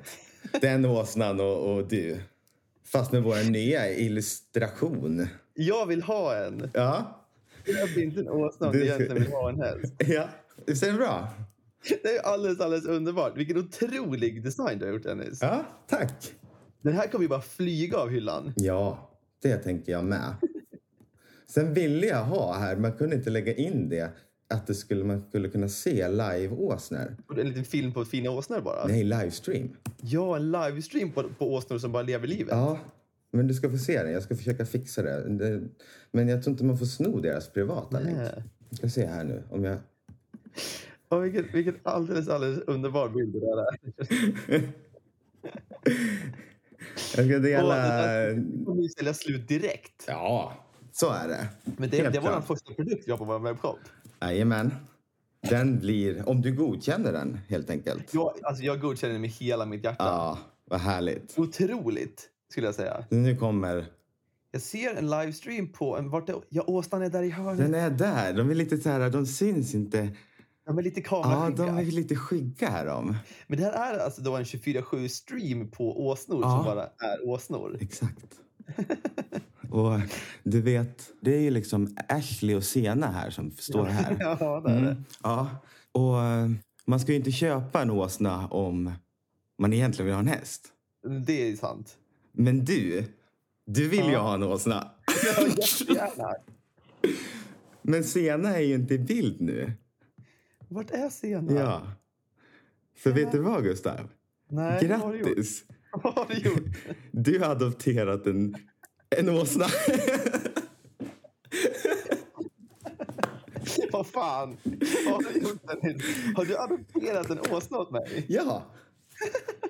Den åsnan och, och du. Fast med vår nya illustration.
Jag vill ha en.
Ja,
Jag vill inte en åsna om
Du-
jag egentligen vill ha en häst.
ja. Visst är den bra?
Det är ju alldeles, alldeles underbart. Vilken otrolig design du har gjort, Dennis.
Ja, tack.
Den här kommer ju bara flyga av hyllan.
Ja, det tänker jag med. Sen ville jag ha här, man kunde inte lägga in det att det skulle, man skulle kunna se live-åsnor.
Och En liten film på fina åsnor bara.
Nej, livestream.
Ja, en livestream på, på åsnor som bara lever livet.
Ja, men du ska få se den. Jag ska försöka fixa det. Det- Men jag tror inte man får sno deras privata länk.
Nej.
Vi ska se här nu om jag...
Och vilken, vilken alldeles, alldeles underbar bild det där är.
Jag ska
Och det
dela...
där kommer ju sälja slut direkt.
Ja, så är det.
Men det, det var den första produkt vi har på vår webbshop.
Jajamän. Den blir... Om du godkänner den, helt enkelt.
Jag, alltså jag godkänner den med hela mitt hjärta.
Ja, vad härligt.
Otroligt, skulle jag säga.
Nu kommer...
Jag ser en livestream på en... Vart är, ja, åsnan är där i hörnet.
Den är där. De är lite så här... De syns inte.
De är lite
Ja,
kameraskygga.
de är lite skygga här de.
Men det här är alltså då en 24-7-stream på åsnor
Ja.
som bara är åsnor.
Exakt. Och du vet, det är ju liksom Ashley och Sena här som står här.
Ja, det är det.
Mm. Ja. Och eh, man ska ju inte köpa en åsna om man egentligen vill ha en häst.
Det är sant.
Men du, du vill ju ha en åsna.
Jättegärna.
Men Sena är ju inte i bild nu.
Vart är scenen?
Ja. Så vet du vad, Gustav?
Nej, vad har du gjort?
Grattis!
Vad har du gjort?
Du har adopterat en, en åsna.
Vad fan? Vad har du gjort Dennis? Har du adopterat en åsna åt mig?
ja!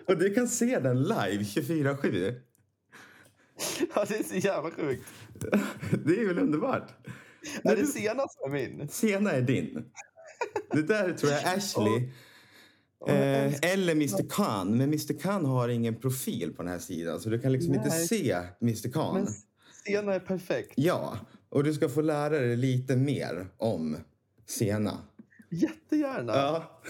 Och du kan se den live 24-7.
Ja, det är så jävla sjukt.
Det är väl underbart?
Är det senast med min?
Sena är din. Det där tror jag Ashley eh, eller Mr Khan. Men Mr Khan har ingen profil på den här sidan så du kan liksom inte
Nej.
se Mr Khan.
Men Sena är perfekt.
Ja, och du ska få lära dig lite mer om Sena.
Jättegärna.
Ja,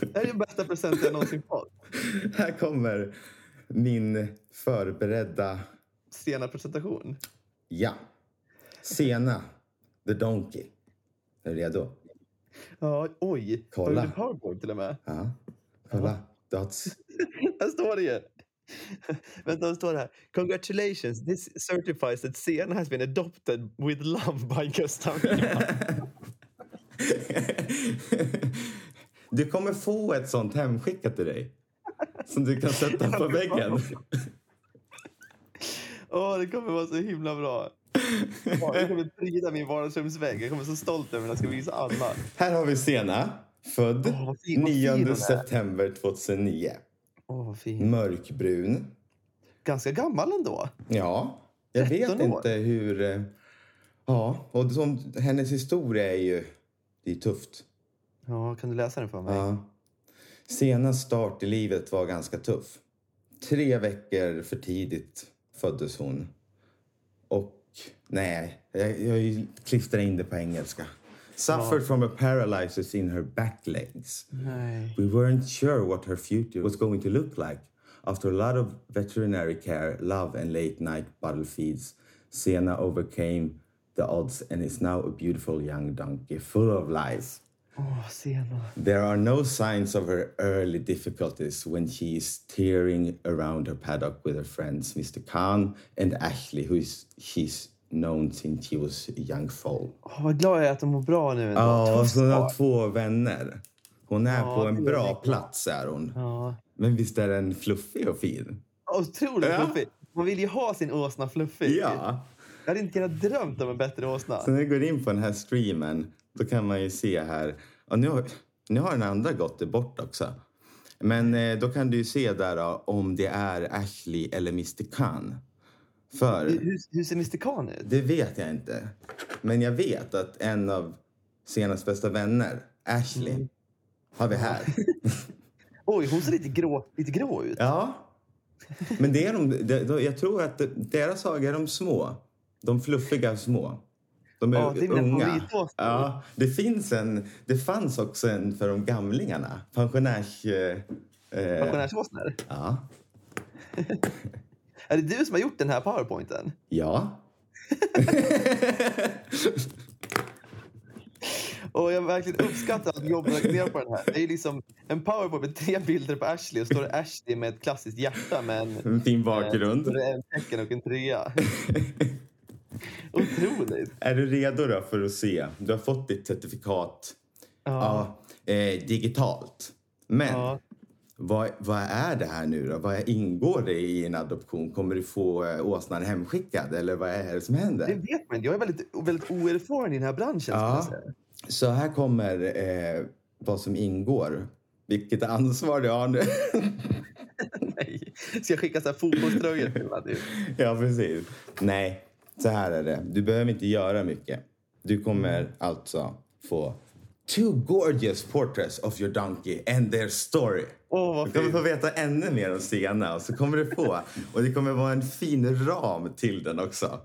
Det här är den bästa presenten jag någonsin fått.
här kommer min förberedda...
Sena presentation.
Ja. Sena, the donkey. Är du redo?
Ja, oj.
Kolla.
Har du powerboard till och med?
Ja. Kolla. Dots.
Här står det ju. Vänta, vad står det här? Congratulations, this certifies that Sena has been adopted with love by Gustav Nyman.
Du kommer få ett sånt hemskickat till dig. Som du kan sätta på väggen.
Åh, det kommer vara så himla bra. Ja, Jag kommer prida min vardagsrumsvägg. Jag kommer vara så stolt över den. Jag ska visa alla.
Här har vi Sena. Född
Åh, vad fin- vad fin
9
hon är.
september 2009.
Åh, vad fin.
Mörkbrun.
Ganska gammal ändå.
Ja, jag vet
13 år.
inte hur... eh, Ja, och som, hennes historia är ju... Det är tufft.
Ja, kan du läsa den för mig?
Ja. Sena start i livet var ganska tuff. Tre veckor för tidigt föddes hon. Och nej, jag, jag klistrar in det på engelska. Suffered from a paralysis in her back legs.
Nej.
We weren't sure what her future was going to look like. After a lot of veterinary care, love, and late night bottle feeds, Sienna overcame the odds and is now a beautiful young donkey full of life.
Åh, Sena.
There are no signs of her early difficulties when she is tearing around her paddock with her friends Mr. Khan and Ashley, who is, she's known since she was a young foal.
Åh, vad glad jag är att de mår bra nu ändå.
Ja,
Tuff
så hon har
start.
två vänner. Hon är
Ja,
på
det
en
är
bra
riktigt.
plats, är hon.
Ja.
Men visst är den fluffig och fin?
Otroligt
Ja.
fluffig. Man vill ju ha sin åsna fluffig.
Ja.
Jag hade inte kunnat drömt om en bättre åsna.
Så när jag går in på den här streamen, då kan man ju se här... Och nu, har, nu har den andra gått bort också. Men eh, då kan du ju se där då, om det är Ashley eller Mr Khan. För
Hur, hur ser Mr Khan ut?
det vet jag inte. Men jag vet att en av senast bästa vänner, Ashley, har vi här.
Oj, hon ser lite grå, lite grå ut.
Ja. Men det är de, de, de, jag tror att deras saga är de små. De fluffiga små. De är
Ja, det är mina
unga.
favoritåsnor.
Ja, det, finns en, det fanns också en för de gamlingarna. Pensionärs... Eh, eh,
Pensionärsåsnor.
Ja.
Är det du som har gjort den här powerpointen?
ja.
Och jag verkligen uppskattar att jobbet har lagt ner på den här. Det är ju liksom en powerpoint med tre bilder på Ashley och står det Ashley med ett klassiskt hjärta med en,
En fin
eh,
bakgrund.
med en tecken och en trea. Otroligt.
Är du redo då för att se? Du har fått ditt certifikat ja. eh, digitalt. Men
Ja.
vad, vad är det här nu då? Vad ingår det i en adoption? Kommer du få eh, åsnan hemskickad eller vad är det som händer?
Det vet man inte. Jag är väldigt, väldigt oerfaren i den här branschen. skulle jag
Ja.
säga.
Så här kommer eh, vad som ingår. Vilket ansvar du har nu.
Nej. Ska jag skicka så här fotbollströjor till mig nu?
ja, precis. Nej, så här är det. Du behöver inte göra mycket. Du kommer alltså få two gorgeous portraits of your donkey and their story.
Åh, vad
Du kommer
fint.
få veta ännu mer om Sena och så kommer du få. Och det kommer vara en fin ram till den också.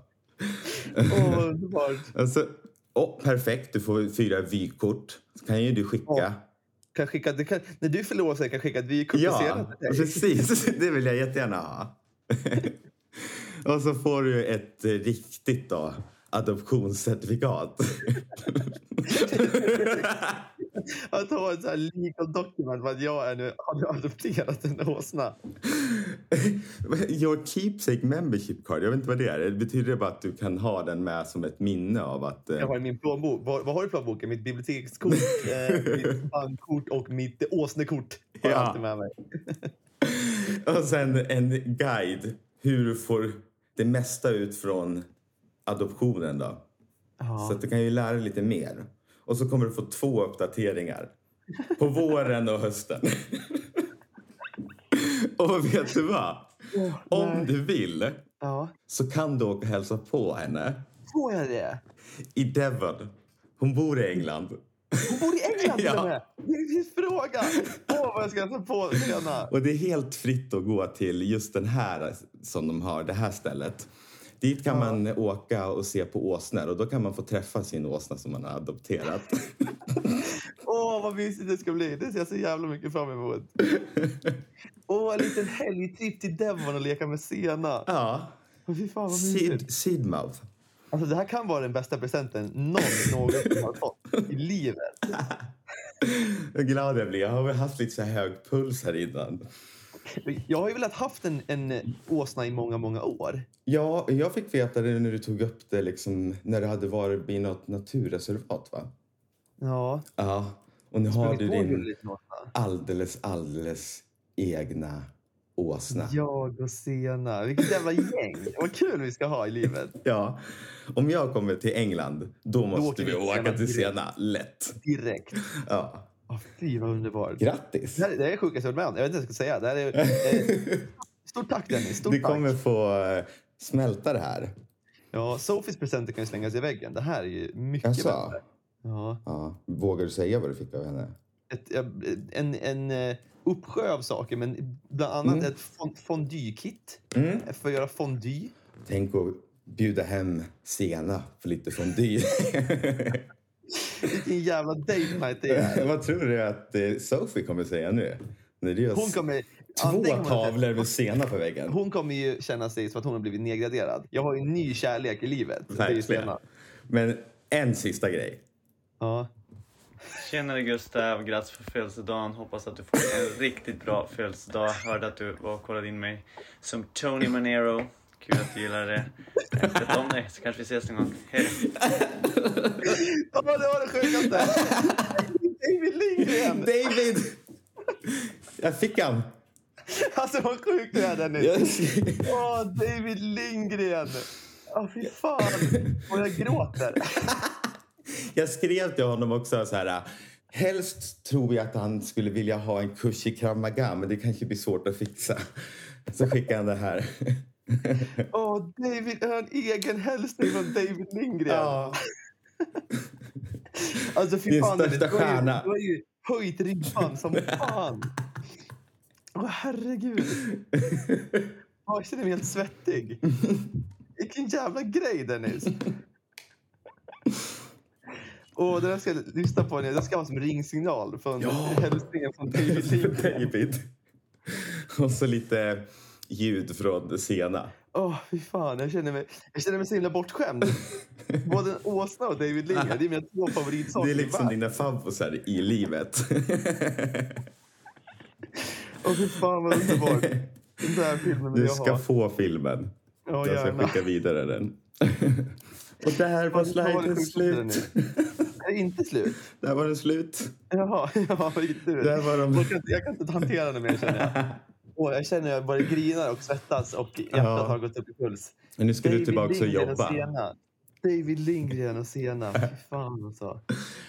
Åh, vad underbart.
Alltså, åh, perfekt, du får fyra vykort. Så kan ju du skicka.
Ja, Kan jag skicka, du kan, när du förlorar så kan jag skicka ett vykort och se
ja,
den till dig.
precis. Det vill jag jättegärna ha. och så får du ett eh, riktigt då, adoptionscertifikat.
Att ha ett så här legal document för att jag är nu, har nu adopterat en åsna.
Your keepsake membership card, jag vet inte vad det är. Det betyder bara att du kan ha den med som ett minne av att... eh,
Jag har i min plånbok. Vad, vad har du i plånboken? Mitt bibliotekskort, eh, mitt bankkort och mitt åsnekort. Har jag
Ja.
alltid med mig.
Och sen en guide hur du får det mesta ut från adoptionen. Då. Så att du kan ju lära dig lite mer. Och så kommer du få två uppdateringar. På våren och hösten. Och vet du vad? Om du vill
Ja.
så kan du åka och hälsa på henne
Får jag det?
i Devon. Hon bor i England.
Hon bor i England till
Ja.
och med! Det är min fråga! Åh, vad jag ska ta på Lena.
Och det är helt fritt att gå till just den här eh, som de har, det här stället. Dit kan man åka och se på åsnor och då kan man få träffa sin åsna som man har adopterat.
Åh, vad mysigt det ska bli. Det ser jag så jävla mycket fram emot. Åh, en liten helgtripp till Devon och leka med Sena.
ja,
Åh, Fy fan, vad mysigt.
Seed, Seedmouth.
Alltså, det här kan vara den bästa presenten någon någonsin har fått i livet.
Vad glad jag blir. Jag har väl haft lite så här hög puls här innan.
Jag har ju velat haft en, en åsna i många, många år.
Ja, jag fick veta det när du tog upp det liksom, när du hade varit i något naturreservat va?
Ja.
Ja, och nu har du
Sprungit på en
din
liten åsna.
alldeles, alldeles egna åsna.
Jag och Sena. Vilket jävla gäng. Vad kul vi ska ha i livet.
Ja. Om jag kommer till England, då måste
åker
vi
vi till
åka
Sena
till
direkt.
Sena. Lätt.
Direkt.
Ja.
Oh, fy, vad underbart.
Grattis!
Det här det här är det sjukaste jag varit med om. Jag vet inte vad jag ska säga. Det här är, eh, stort tack, Dennis. Stort
Du
tack.
kommer få eh, smälta det här.
Ja, Sofies presenter kan ju slängas i väggen. Det här är ju mycket
Jaså?
bättre. Ja.
Ja. Vågar du säga vad du fick av henne?
Ett, eh, en, en eh, uppsjö av saker, men bland annat
Mm.
ett fon- fondue-kit
Mm.
för att göra fondue.
Tänk att bjuda hem Sena för lite fondue.
Vilken jävla date night det är.
Vad tror du att eh, Sophie kommer säga nu? När du gör
Hon
s-
kommer,
två
antingen kommer hon att-
tavlor med Sena på väggen.
Hon kommer ju känna sig som att hon har blivit nedgraderad. Jag har ju en ny kärlek i livet. Det är ju
Verkligen.
Stena.
Men en sista grej.
Ja.
Tjenare Gustav, grattis på födelsedagen. Hoppas att du får en riktigt bra födelsedag. Hörde att du var och kollade in mig som Tony Manero. Kul att du gillar det. Sköt om dig så kanske vi ses någon gång. Hej då.
Ja, det var det sjukaste! David Lindgren!
David! Jag fick han.
Alltså vad sjukt det är Dennis!
Jag-
Åh, David Lindgren! Ja, fy fan. Och jag gråter.
Jag skrev till honom också så här... Helst tror jag att han skulle vilja ha en kurs i kramaga, men det kanske blir svårt att fixa. Så skickade han det här.
Åh, David, jag har en egen hälsning från David Lindgren.
Ja,
Alltså, fy
Din
fan, Dennis, du
största
har ju-
stjärna.
Du har ju höjt ribban som fan. Åh, herregud. Åh, jag känner mig helt svettig. Vilken jävla grej, Dennis. Åh, den här ska jag lyssna på. nu. Den ska vara som ringsignal från
Ja.
hälsningen från David Lindgren.
David. Och så lite ljud från Sena.
Åh, fy fan. Jag känner, mig, jag känner mig så himla bortskämd. Både en åsna och David Lindgren. Det är mina två favoritsaker
Det är
i
liksom
världen.
dina favvosar i livet.
Åh, fy fan vad underbart. Den där filmen vill
Du
jag
ska
ha.
få filmen.
Ja,
Jag ska
gärna.
skicka vidare den. Och där var
Fan, det var det
sliden
sjukaste nu.
slut.
Är det inte slut?
Där var den slut.
Jaha, ja, vilken tur.
Där var de...
Jag kan, inte- jag kan inte hantera det mer känner jag. Åh, jag känner att jag bara grinar och svettas och hjärtat
Ja.
har gått upp i puls.
Men nu ska du tillbaka och
Lindgren
jobba.
Sena. David Lindgren och Sena. Fy fan alltså.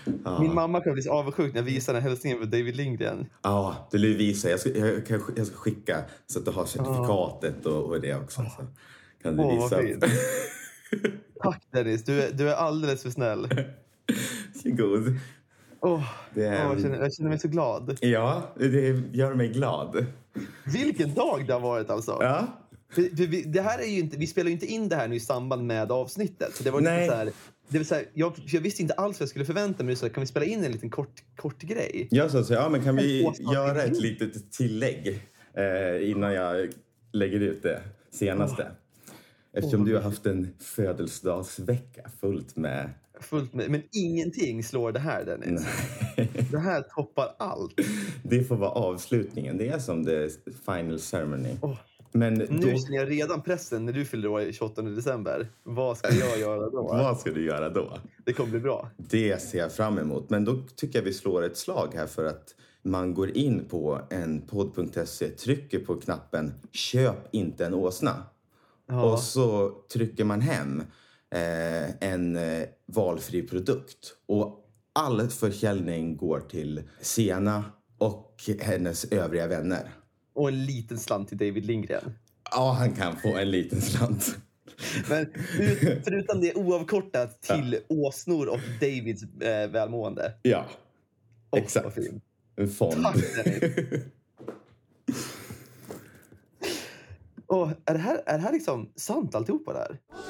Min
Ja,
mamma kommer bli så avundsjuk när jag visar den här hälsningen för David Lindgren.
ja det vill visa. Jag ska, jag, kan, jag ska skicka så att du har certifikatet och, och det också. Så kan du
Åh, vad
visa.
fint. Tack Dennis, du är, du är alldeles för snäll.
Varsågod.
Åh,
Det är-
åh, jag, känner, jag känner mig så glad.
Ja, det gör mig glad.
Vilken dag det har varit alltså.
Ja.
För, för vi, det här är ju inte, vi spelar ju inte in det här nu i samband med avsnittet. Så det var
Nej.
lite så här, det var så här, jag, jag visste inte alls vad jag skulle förvänta mig. Så här, kan vi spela in en liten kort, kort grej?
Jag sa så här, ja, men kan vi
Åsa,
göra
det-
ett litet tillägg eh, innan jag lägger ut det senaste? Eftersom du har haft en födelsedagsvecka fullt med...
Fullt med, men ingenting slår det här Dennis. Det här toppar allt.
Det får vara avslutningen. Det är som the final ceremony.
Åh.
Men
Nu
då,
känner jag redan pressen när du fyller år i 28 december. Vad ska jag göra då?
vad ska du göra då?
Det kommer bli bra.
Det ser jag fram emot. Men då tycker jag vi slår ett slag här för att man går in på en podd.se, trycker på knappen Köp inte en åsna.
Ja.
Och så trycker man hem eh, en eh, valfri produkt. Och all försäljning går till Sena och hennes övriga vänner.
Och en liten slant till David Lindgren.
Ja, han kan få en liten slant.
Men ut, förutom det oavkortat till åsnor och Davids eh, välmående.
Ja,
Åh,
Exakt.
vad fint.
en fond.
Tack Dennis. Åh, är, det här, är det här liksom sant alltihopa det här?